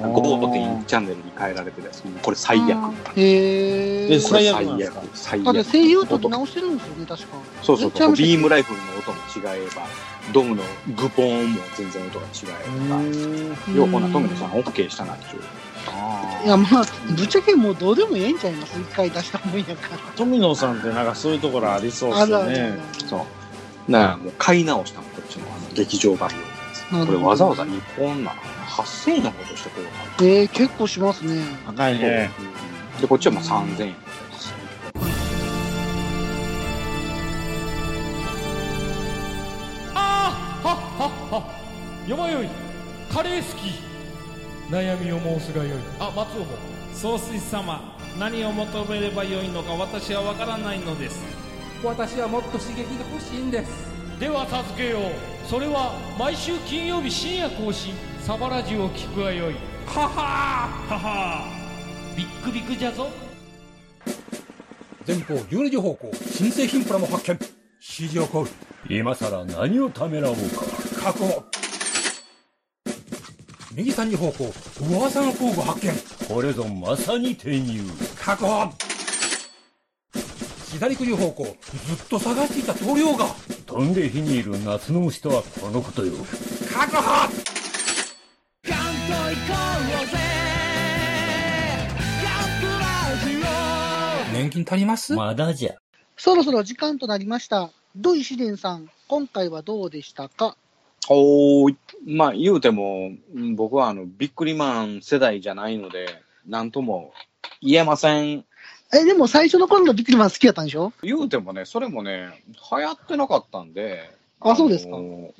C: の
A: あ
C: ゴートっていうチャンネルに変えられてるやつ。もうこれ最悪。
E: あ
B: へ
A: で
B: え。
A: 最悪なん
C: こ
A: で
C: れ
A: すか
C: 最悪。
B: あ、
C: 最
B: で
C: 悪。
B: 声優とって直してるんですよね、確か。
C: そうそ
B: め
C: う
B: っちゃ
C: そう。
B: 面白い
C: ビームライフルの音も違えば、ドムのグポーンも全然音が違えば。ようこんな富野さん OK したなっていう。
B: いや、まあ、ぶっちゃけもうどうでもええんちゃいます一回出したもんやから。
A: 富野さんってなんかそういうところありそうですよね。
C: そう。ならもう買い直したの、こっちのあの劇場版
B: なるほ
C: 用。こ
B: ど
C: れわざわざ日本なの8000円のことしてくれたの
B: ええ結構しますね。
A: 高いね。
C: うんで、こっちはもう3000円。
F: あーはっはっはよまよいカレー好き悩みを申すがよいあ松尾も
G: 総帥様何を求めればよいのか私は分からないのです
F: 私はもっと刺激が欲しいんですでは助けようそれは毎週金曜日深夜更新サバラジュを聞くがよいははーははービックビックじゃぞ
H: 前方12時方向新製品プラも発見指示を行う
I: 今さら何をためらおうか
H: 確保右3時方向噂の工具発見
I: これぞまさに転入
H: 確保左9時方向ずっと探していた棟梁が
I: 飛んで火にいる夏の虫とはこのことよ
H: 確保年金足ります
I: まだじゃ
B: そろそろ時間となりました。土井紫蓮さん、今回はどうでしたか
C: おーい、まあ言うても、うん僕はあの、ビックリマン世代じゃないので、なんとも言えません。
B: え、でも最初の頃のビックリマン好きやったんでしょ
C: 言うてもね、それもね、流行ってなかったんで。
B: あそうですか
C: うん。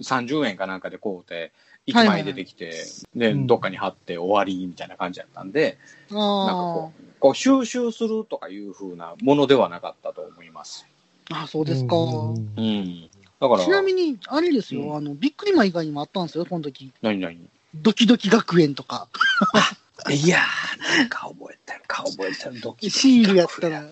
C: 30円かなんかで買うて、
B: はい
C: 1
B: はいはい
C: 枚出てきて、で、
A: うん
C: どっかに貼って終わりみたいな感じだったんで、なんか
B: あ
C: こう、こう収集するとかいう風なものではなかったと思います。
B: あ。あ、そうですか。
C: うん。だから、
B: ちなみに、あれですよ、
C: う
B: あの、ビックリマン以外にもあったんですよ、この時。
C: 何何
B: ドキドキ学園とか、
C: いやー、なんか覚えてるか覚えてる。ドキドキ
B: シールやったら、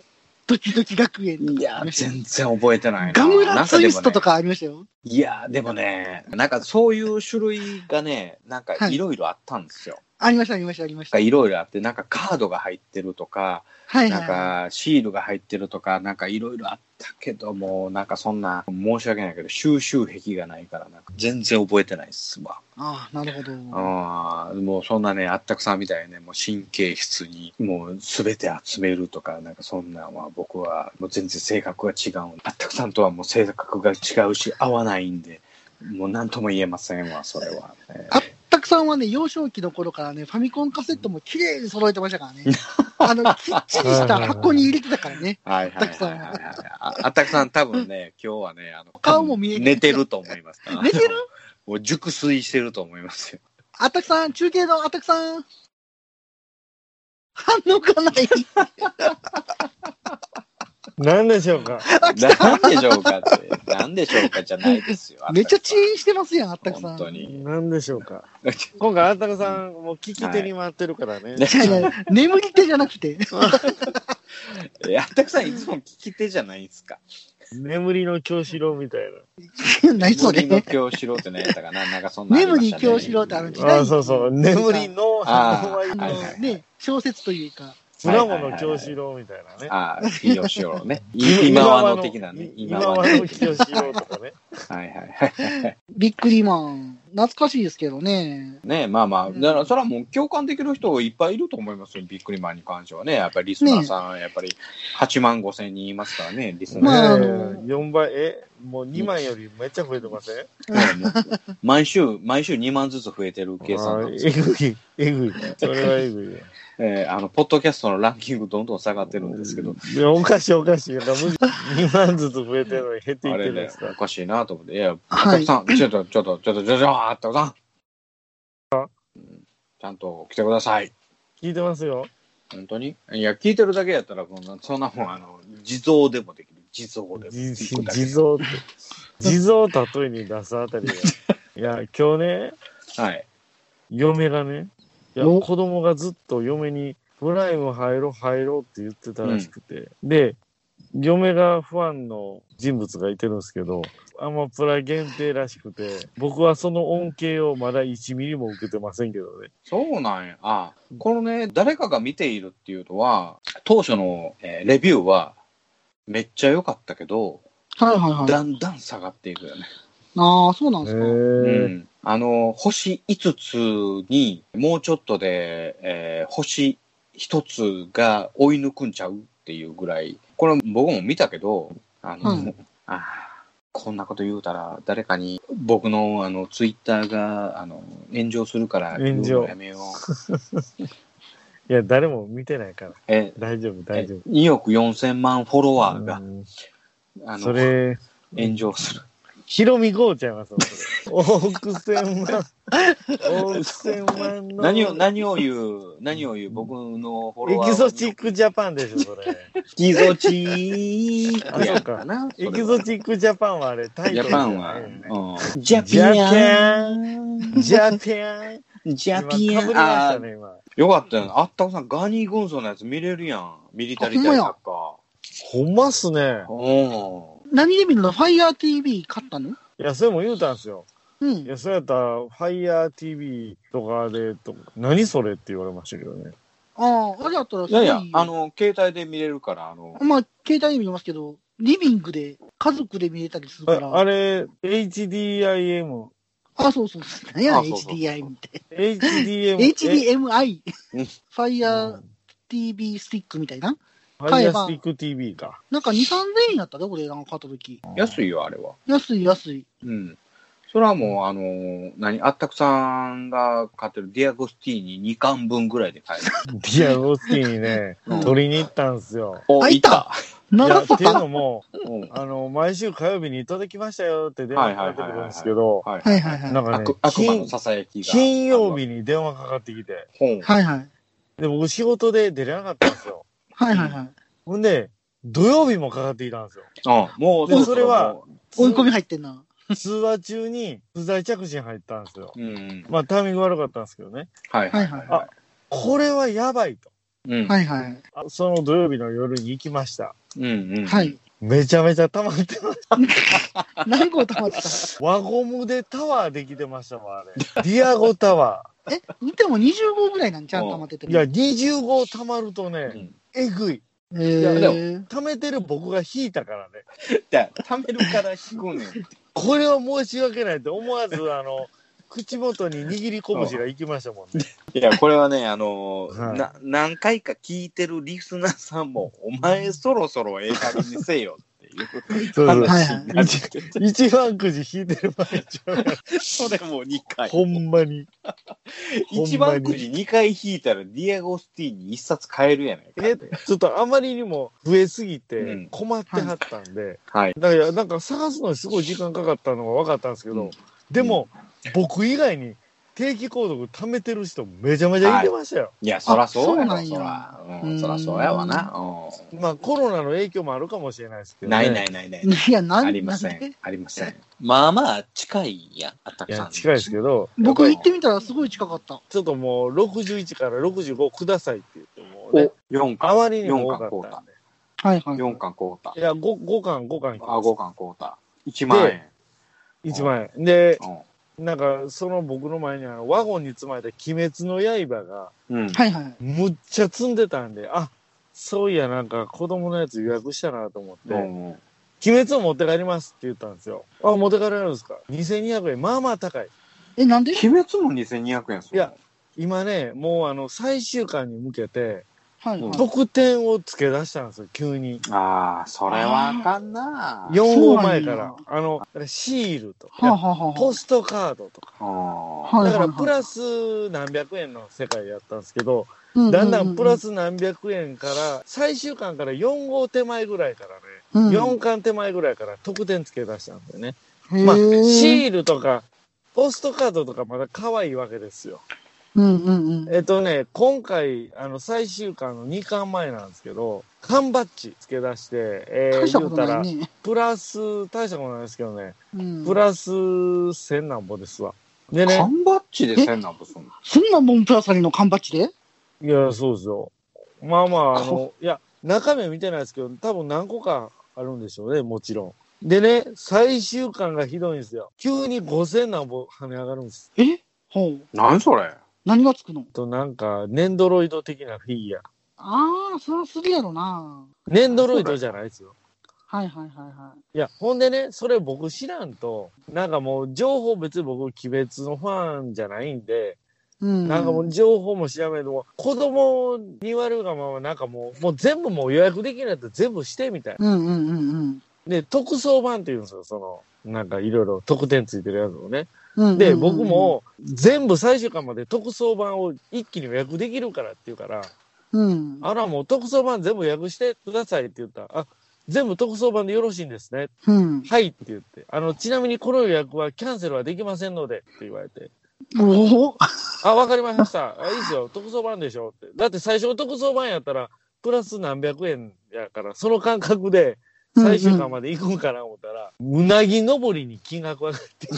B: ドキドキ学園と
C: い
B: か。
C: や、全然覚えてないな。
B: ガムラツイストと
C: なんでもね。
B: かありましたよ。
C: いや、でもね、なんかそういう種類がね、なんか
B: はい
C: いろいろあったんですよ。
B: ありました、ありました、ありました。
C: いろいろあって、なんかカードが入ってるとか、
B: はい
C: なん
B: は
C: かシールが入ってるとか、なんかいろいろあったけども、なんかそんな、申し訳ないけど、収集癖がないから、なんか全然覚えてないっすわ。
B: い。ああ、なるほど。
C: ああ、もうそんなね、あったくさんみたいにね、もう神経質に、もうすべて集めるとか、なんかそんなんは僕は、もう全然性格が違うんで。あったくさんとはもう性格が違うし、合わないんで、もう何とも言えませんわ、それ は。えー
B: あたくさんはね、幼少期の頃からね、ファミコンカセットも綺麗に揃えてましたから ね。あの、きっちりした箱に入れてたからね。
C: はいはいはいはいはい。ああったくさん多分ね、今日はね、あの、
B: 顔も見えてる
C: 寝てると思います。
B: 寝てる
C: もう熟睡してると思いますよ。
B: あたくさん、中継のあたくさん。反応がない。
A: なんでしょうか。
B: あ、 来た。
C: なんでしょうかって、なんでしょうかじゃないですよ。
B: めっちゃ
C: ち
B: 遅延してますやん、あったくさ
C: 本
B: ん。
C: 当に。
A: なんでしょうか。今回、あったかさん、もう聞き手に回ってるからね。
B: 違う違う眠り手じゃなくて。
C: え、あったくさんいつも聞き手じゃないですか。
A: 眠りの京志郎みたい
B: 何それ
C: 眠りの京志郎って何やったかななんかそんな、
B: 眠り京志郎ってあの時
A: な。
B: 代
A: あそうそう。眠りの、
C: あ
A: ハ
C: ー
A: ワイの
B: あの
C: はいはい
B: ね、小説というか、
A: 村本京志郎みたいなね。
C: ああ、清志 郎ね。い今和の的なね。
A: 今和の京志郎とかね。
C: はいはいはい。
B: ビックリマン、懐かしいですけどね。
C: ねまあまあ、だからそれはもう共感できる人いっぱいいると思いますよ。ビックリマンに関してはね。やっぱりリスナーさん、やっぱり8万5千人いますからね、リスナー
B: まああ
A: ね
B: の
A: え4倍、え、もう2万よりめっちゃ増えてません
C: ねもう毎週、毎週2万ずつ増えてる計算なんです
A: あーえ
C: よ。
A: ぐい、えぐい。それはえぐい よ。
C: えーあの、ポッドキャストのランキングどんどん下がってるんですけど、
A: いやおかしいおかしい。2万ずつ増えてるのに減っていっ
C: あ
A: てる
C: れ
A: んで
C: ね
A: す、
C: お
A: か。
C: かしいなと思って。いや、
B: は
C: たく
B: い。
C: さん、ちょっと、ちょっと、ちょっと、ちょっと、ちょっと、あったくさん。ちゃんと来てください。
A: 聞いてますよ。
C: 本当にいや、聞いてるだけやったら、こんな、そんなもん、あの、地蔵でもできる。地蔵でも。
A: じ
C: 行くだけ
A: 地蔵って。地蔵を例えに出すあたり が。いや、今日ね、
C: はい。
A: 嫁がね、いや
B: お
A: 子供がずっと嫁に、プライム入ろう入ろうって言ってたらしくて。で、嫁がファンの人物がいてるんですけど、アマプラ限定らしくて、僕はその恩恵をまだ1ミリも受けてませんけどね。
C: そうなんや。あ、このね、誰かが見ているっていうのは、当初の、えーレビューは、めっちゃ良かったけど、
B: はいはいはい。
C: だんだん下がっていくよね。
B: ああ、そうなんですか。
C: うん。あの、星5つに、もうちょっとで、えー星1つが追い抜くんちゃうっていうぐらい、これ僕も見たけど、あの、
B: うん
C: あーこんなこと言うたら、誰かに僕のあのツイッターがあの炎上するから言
A: 炎
C: うの
A: 上
C: やめよう。
A: いや、誰も見てないから。
C: え
A: 大丈夫、大丈夫。
C: 2億4千万フォロワーが、あ
A: そ
C: の、
A: れ、
C: 炎上する。
A: ヒロミゴーちゃいますわそれ。億千万、億千万の。
C: 何を、何を言う、何を言う、僕のフォロ
A: エ
C: ワーは。
A: キゾチックジャパンでしょ、それ。
C: エキゾチークやった
A: あ
C: な。それ
A: エ
C: は
A: キゾチックジャパンはあれ、タイ
C: ジ
A: トル
C: ャ
A: じ
C: パ
A: ゃ
C: ン
A: な
C: は、
A: いよね。
C: うんジャ
A: ジャ
C: ピアン。
A: パン、ジャパン。
C: ジャ
A: 今
C: ピア
A: 被
C: ン。
A: りました
C: あ
A: ね、今。
C: よかったよ。あったくさん、ガニー・軍曹のやつ見れるやん。ミリタリー大作か。
A: ほんまっすね。
C: おー
B: 何で見るの ?FIRETV 買ったの
A: いや、それも言うたんですよ。
B: う
A: い
B: ん。
A: や、そうやったら、FIRETV とかでと、何それって言われましたけどね。
B: ああ、あれだったらす
C: い
B: ご
C: や
B: い。
C: いや、あの、携帯で見れるから、あの、
B: まあ、携帯で見れますけど、リビングで、家族で見れたりするから。
A: ああれ、HDIM、
B: あ、そうそうそう。何や
C: あ
B: ねん
C: そうそう
B: HDI みたい
A: HDM
B: な。、HDMI
C: うん。
B: Fire TV スティックみたいな。買え
A: FIRE
B: ば
A: スティック TV か。
B: なんか2、3000円やったで、これ、なんか買った時。
C: 安いよ、あれは。
B: 安い安い。
C: うん。それはもう、あの、何、あったくさんが買ってるディアゴスティーニ2巻分ぐらいで 買える。
A: ディアゴスティにね
C: うん、
A: 取りに行ったんですよ。
C: お
B: あいた
A: いや、
B: 長
A: って
B: さ
A: いう
B: は
A: のも、
C: うんは
A: あの、毎週火曜日にいただきましたよって電話かかってくるんですけど、
C: い。
B: いはいはい。
A: なんかね
C: 悪、悪魔の
A: 金
C: ささやきが。
A: 金曜日に電話かかってきて、
C: 本。
B: はいはい。
A: で、僕仕事で出れなかったんですよ。
B: はいはいはい。
A: ほんで、土曜日もかかってきたんですよ。
C: うんもう、
A: でもそれは
C: も
B: 追い込み入ってんな。
A: 通話中に不在着信入ったんですよ。
C: う、うん。
A: まあタイミング悪かったんですけどね。
C: はい
B: は
C: はいい
B: はい
A: は
C: はい
A: これはやばいと。
C: い。うん。
B: はいはい。
A: あその土曜日の夜に行きました。
C: うんうん。
B: はい。
A: めちゃめちゃ溜まってまし
B: 何個溜まって
A: た。輪ゴムでタワーできてましたわ、あれ。ディアゴタワ
B: たえ、見ても20号ぐらいなんちゃんと溜まってて。
A: ー。いや、、20号溜まると
C: う
A: ね、
C: ん
A: えぐい。
B: え
A: や
B: ー、
A: 溜めてる僕が引いたからね。
C: だから貯めるから引くねん。
A: これは申し訳ないって思わず、 あの、口元に握り拳が行きましたもんね。
C: いや、これはね、あのー
A: はい
C: な、何回か聞いてるリスナーさんも、お前そろそろええ加減にせよって いう
A: そうそう
B: はい
C: 話
B: はい
C: になってて、
A: 一番くじ引いてる場合ちゃうから
C: それもう2回。
A: ほんまに。ほんまに
C: 一番くじ2回引いたら、ディアゴスティーに1冊買えるやないか。
A: え、ちょっとあまりにも増えすぎ
C: う
A: て
C: ん
A: 困ってはったんで、
C: はい。
A: だからなんか探すのにすごい時間かかったのが分かったんですけど、
C: うん
A: でも、僕以外に定期購読貯めてる人めちゃめちゃいてましたよ。
C: いや、そらそうや
B: あそうな
C: わ、
B: んや
C: そら。
B: う
C: うんん、そらそうやわな。う
A: まあコロナの影響もあるかもしれないですけ
C: ん。
A: ど、ね。。
C: ないないいないない。
B: いや、なん
C: ありませ
B: なんで
C: ん。ありません。まあまあ、近いやん、あった
A: い
C: くさ
A: や
C: ん。、
A: 近いですけど、
B: 僕行ってみたらすごい近かった。
A: ちょっともう61から65くださいって言ってもうね
C: お、、4
A: あ
C: 巻。
A: まりにも多かったんで。
B: はいはい。
C: 4巻買うた
A: い。や、5, 5巻、5巻
C: あ、5巻買うた。1万円。
A: 1万円。で、
C: うん
A: なんか、その僕の前にあの、ワゴンに積まれた鬼滅の刃が、
C: うん。
B: はいはい。
A: むっちゃ積んでたんで、あそういや、なんか子供のやつ予約したなと思って、
C: うん
A: 鬼滅を持って帰りますって言ったんですよ。あ、持って帰れるんですか ?2200 円、まあまあ高い。
B: え、なんで
C: 鬼滅も2200円する
A: いや、今ね、もうあの、最終巻に向けて、
B: はいはい。
A: 特典を付け出したんですよ、急に。
C: ああ、それはあかんな。
A: 4
B: そ
A: 号
B: うなんや
A: 前から、あの、シールと
B: はあ、は
A: か、
B: あはあ、
A: ポストカードとか。
C: は
B: はい
A: だ
B: は
A: か
B: いはい
A: ら、プラス何百円の世界やったんですけど、
B: ううう
A: だんだんプラ。ス何百円から、最終巻から4号手前ぐらいからね、
B: うん
A: 4巻手前ぐらいから得点つけ出したんだよね。
B: へ
A: まあ、
B: ー
A: シールとか、ポストカードとかまだ可愛いわけですよ。
B: うんうんうん。
A: えっとね、今回、あの、最終巻の2巻前なんですけど、缶バッジ付け出して、え
B: 大し
A: ー、
B: た
A: 言
B: こ
A: う
B: と
A: た
B: な
A: ら、
B: いね。
A: プラス、大したことないですけどね、
B: うん
A: プラス1000なんぼですわ。でね、
C: 缶バッジで1000なんぼすんの
B: そんなもんプラスありの缶バッジで
A: いや、そうですよ。まあまあ、あの、いや、中身は見てないですけど、多分何個かあるんでしょうね、もちろん。でね、最終巻がひどいんですよ。急に5000何本跳ね上がるんです。
J: えほう。
C: 何それ
J: 何がつくの
A: と、なんか、ネンドロイド的なフィギュア。
J: ああ、そらすぎやろな。
A: ネンドロイドじゃないですよ。
J: はいはいはいはい
A: や、ほんでね、それ僕知らんと、なんかもう情報別に僕、鬼滅のファンじゃないんで、
J: い。うん。
A: なんかもう情報も調べても、子供に言われるがまま、なんかもう、もう全部もう予約できないと全部してみたいな。
J: うんうんうんうん。
A: で、特装版って言うんですよ、その、なんかいろいろ特典ついてるやつをね。
J: うんうんうん
A: で、僕。も全部最終巻まで特装版を一気に予約できるからって言うから、
J: うん。
A: あらもう特装版全部予約してくださいって言ったら、あ、全部特装版でよろしいんですね。
J: うん。
A: はいって言って、あの、ちなみにこの予約はキャンセルはできませんのでって言われて、
J: おお。
A: あ、わかりました。あいいですよ。特装版でしょって。だって最初の特装版やったら、プラス何百円やから、その感覚で最終巻まで行くんかな思ったら、うなぎ登りに金額上がって て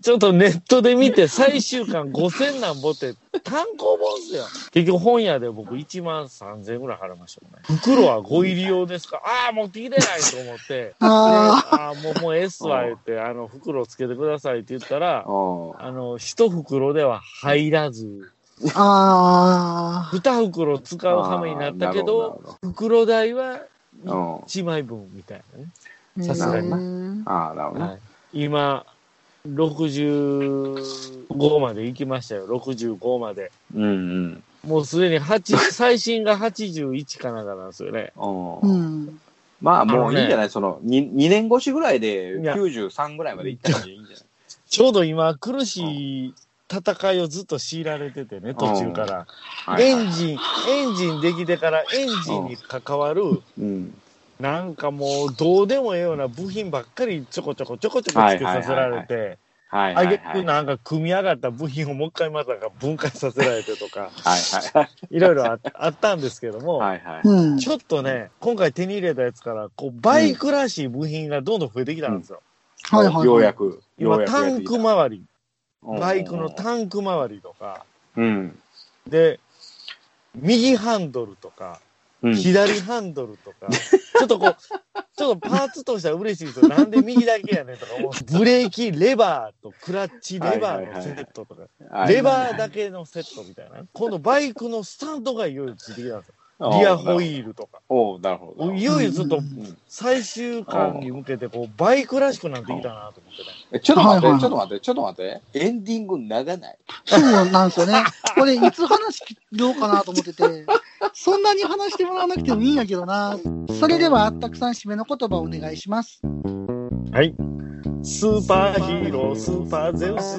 A: ちょっとネットで見て、最終巻5000なんぼって、単行本っすよ。結局本屋で僕1万3000円ぐらい払いましたもんね。袋は5入り用ですかああ、持ってきてないと思って。
J: あ
A: ああ、もう、もう S は言って、あの、袋をつけてくださいって言ったら、
C: あ
A: あの、一袋では入らず、
J: あ。ああ。
A: 二袋使う羽目になったけど、袋代は
C: ど
A: 1枚分みたいなね。
C: さすがにな
J: うん
C: ああ、なるほどな。
A: はい、今、65まで行きましたよ、65まで。
C: うんうん。
A: もうすでに8、最 新が81かなんかなんですよね。
C: ああ
J: うん。
C: まあ、も
A: あの
C: う
A: ね
C: いいんじゃないその、2, 二年越しぐらいで
A: いや
C: 93ぐらいまでいったらいいんじゃない
A: ちょうど今、苦しい戦いをずっと強いられててね、途中から。
C: はい
A: エ
C: はい
A: ンジン、エンジンできてからエンジンに関わる、
C: うん。
A: なんかもうどうでもええような部品ばっかりちょこちょこちょこちょこつけさせられて、
C: はいは
A: あ
C: いは
A: げ
C: い。
A: くなんか組み上がった部品をもう一回またが分解させられてとか、
C: はいはい
A: いろいろああったんですけども、
C: はいはい。
J: うん。
A: ちょっとね、今回手に入れたやつから、こう、バイクらしい部品がどんどん増えてきたんですよ。
J: はいはいはい
C: ようやく。よう
A: 今、
C: やくや
A: タ
C: って
A: ン
C: きた
A: ク周り、
C: うん
A: バイクのタンク周りとか、
C: うん。
A: で、右ハンドルとか、
C: うん
A: 左ハンドルとか、 ちょっとこう、ちょっとパーツとしては嬉しいですよ。なんで右だけやねんとか思う。ブレーキ、レバーとクラッチ、レバーのセットとか、レバーだけのセットみたいな。今度バイクのスタンドがいよいよついてきたんですよ。リアホイ
C: ル。
A: ールとか。
C: おうなるほど。
A: いよいよちょっと
C: ん
A: 最終巻に向けて、こう、バイクらしくなってきたなと思ってね。
C: えちょっと待って、
J: はいはい
C: ちょっと待って、ちょっと待って。エンディング長ない。
J: そうなんですよね。これ、いつ話切ろうかなと思ってて、そんなに話してもらわなくてもいいんやけどな。それでは、あったくさん締めの言葉をお願いします。
A: スーパーヒーロー、スーパーゼウス。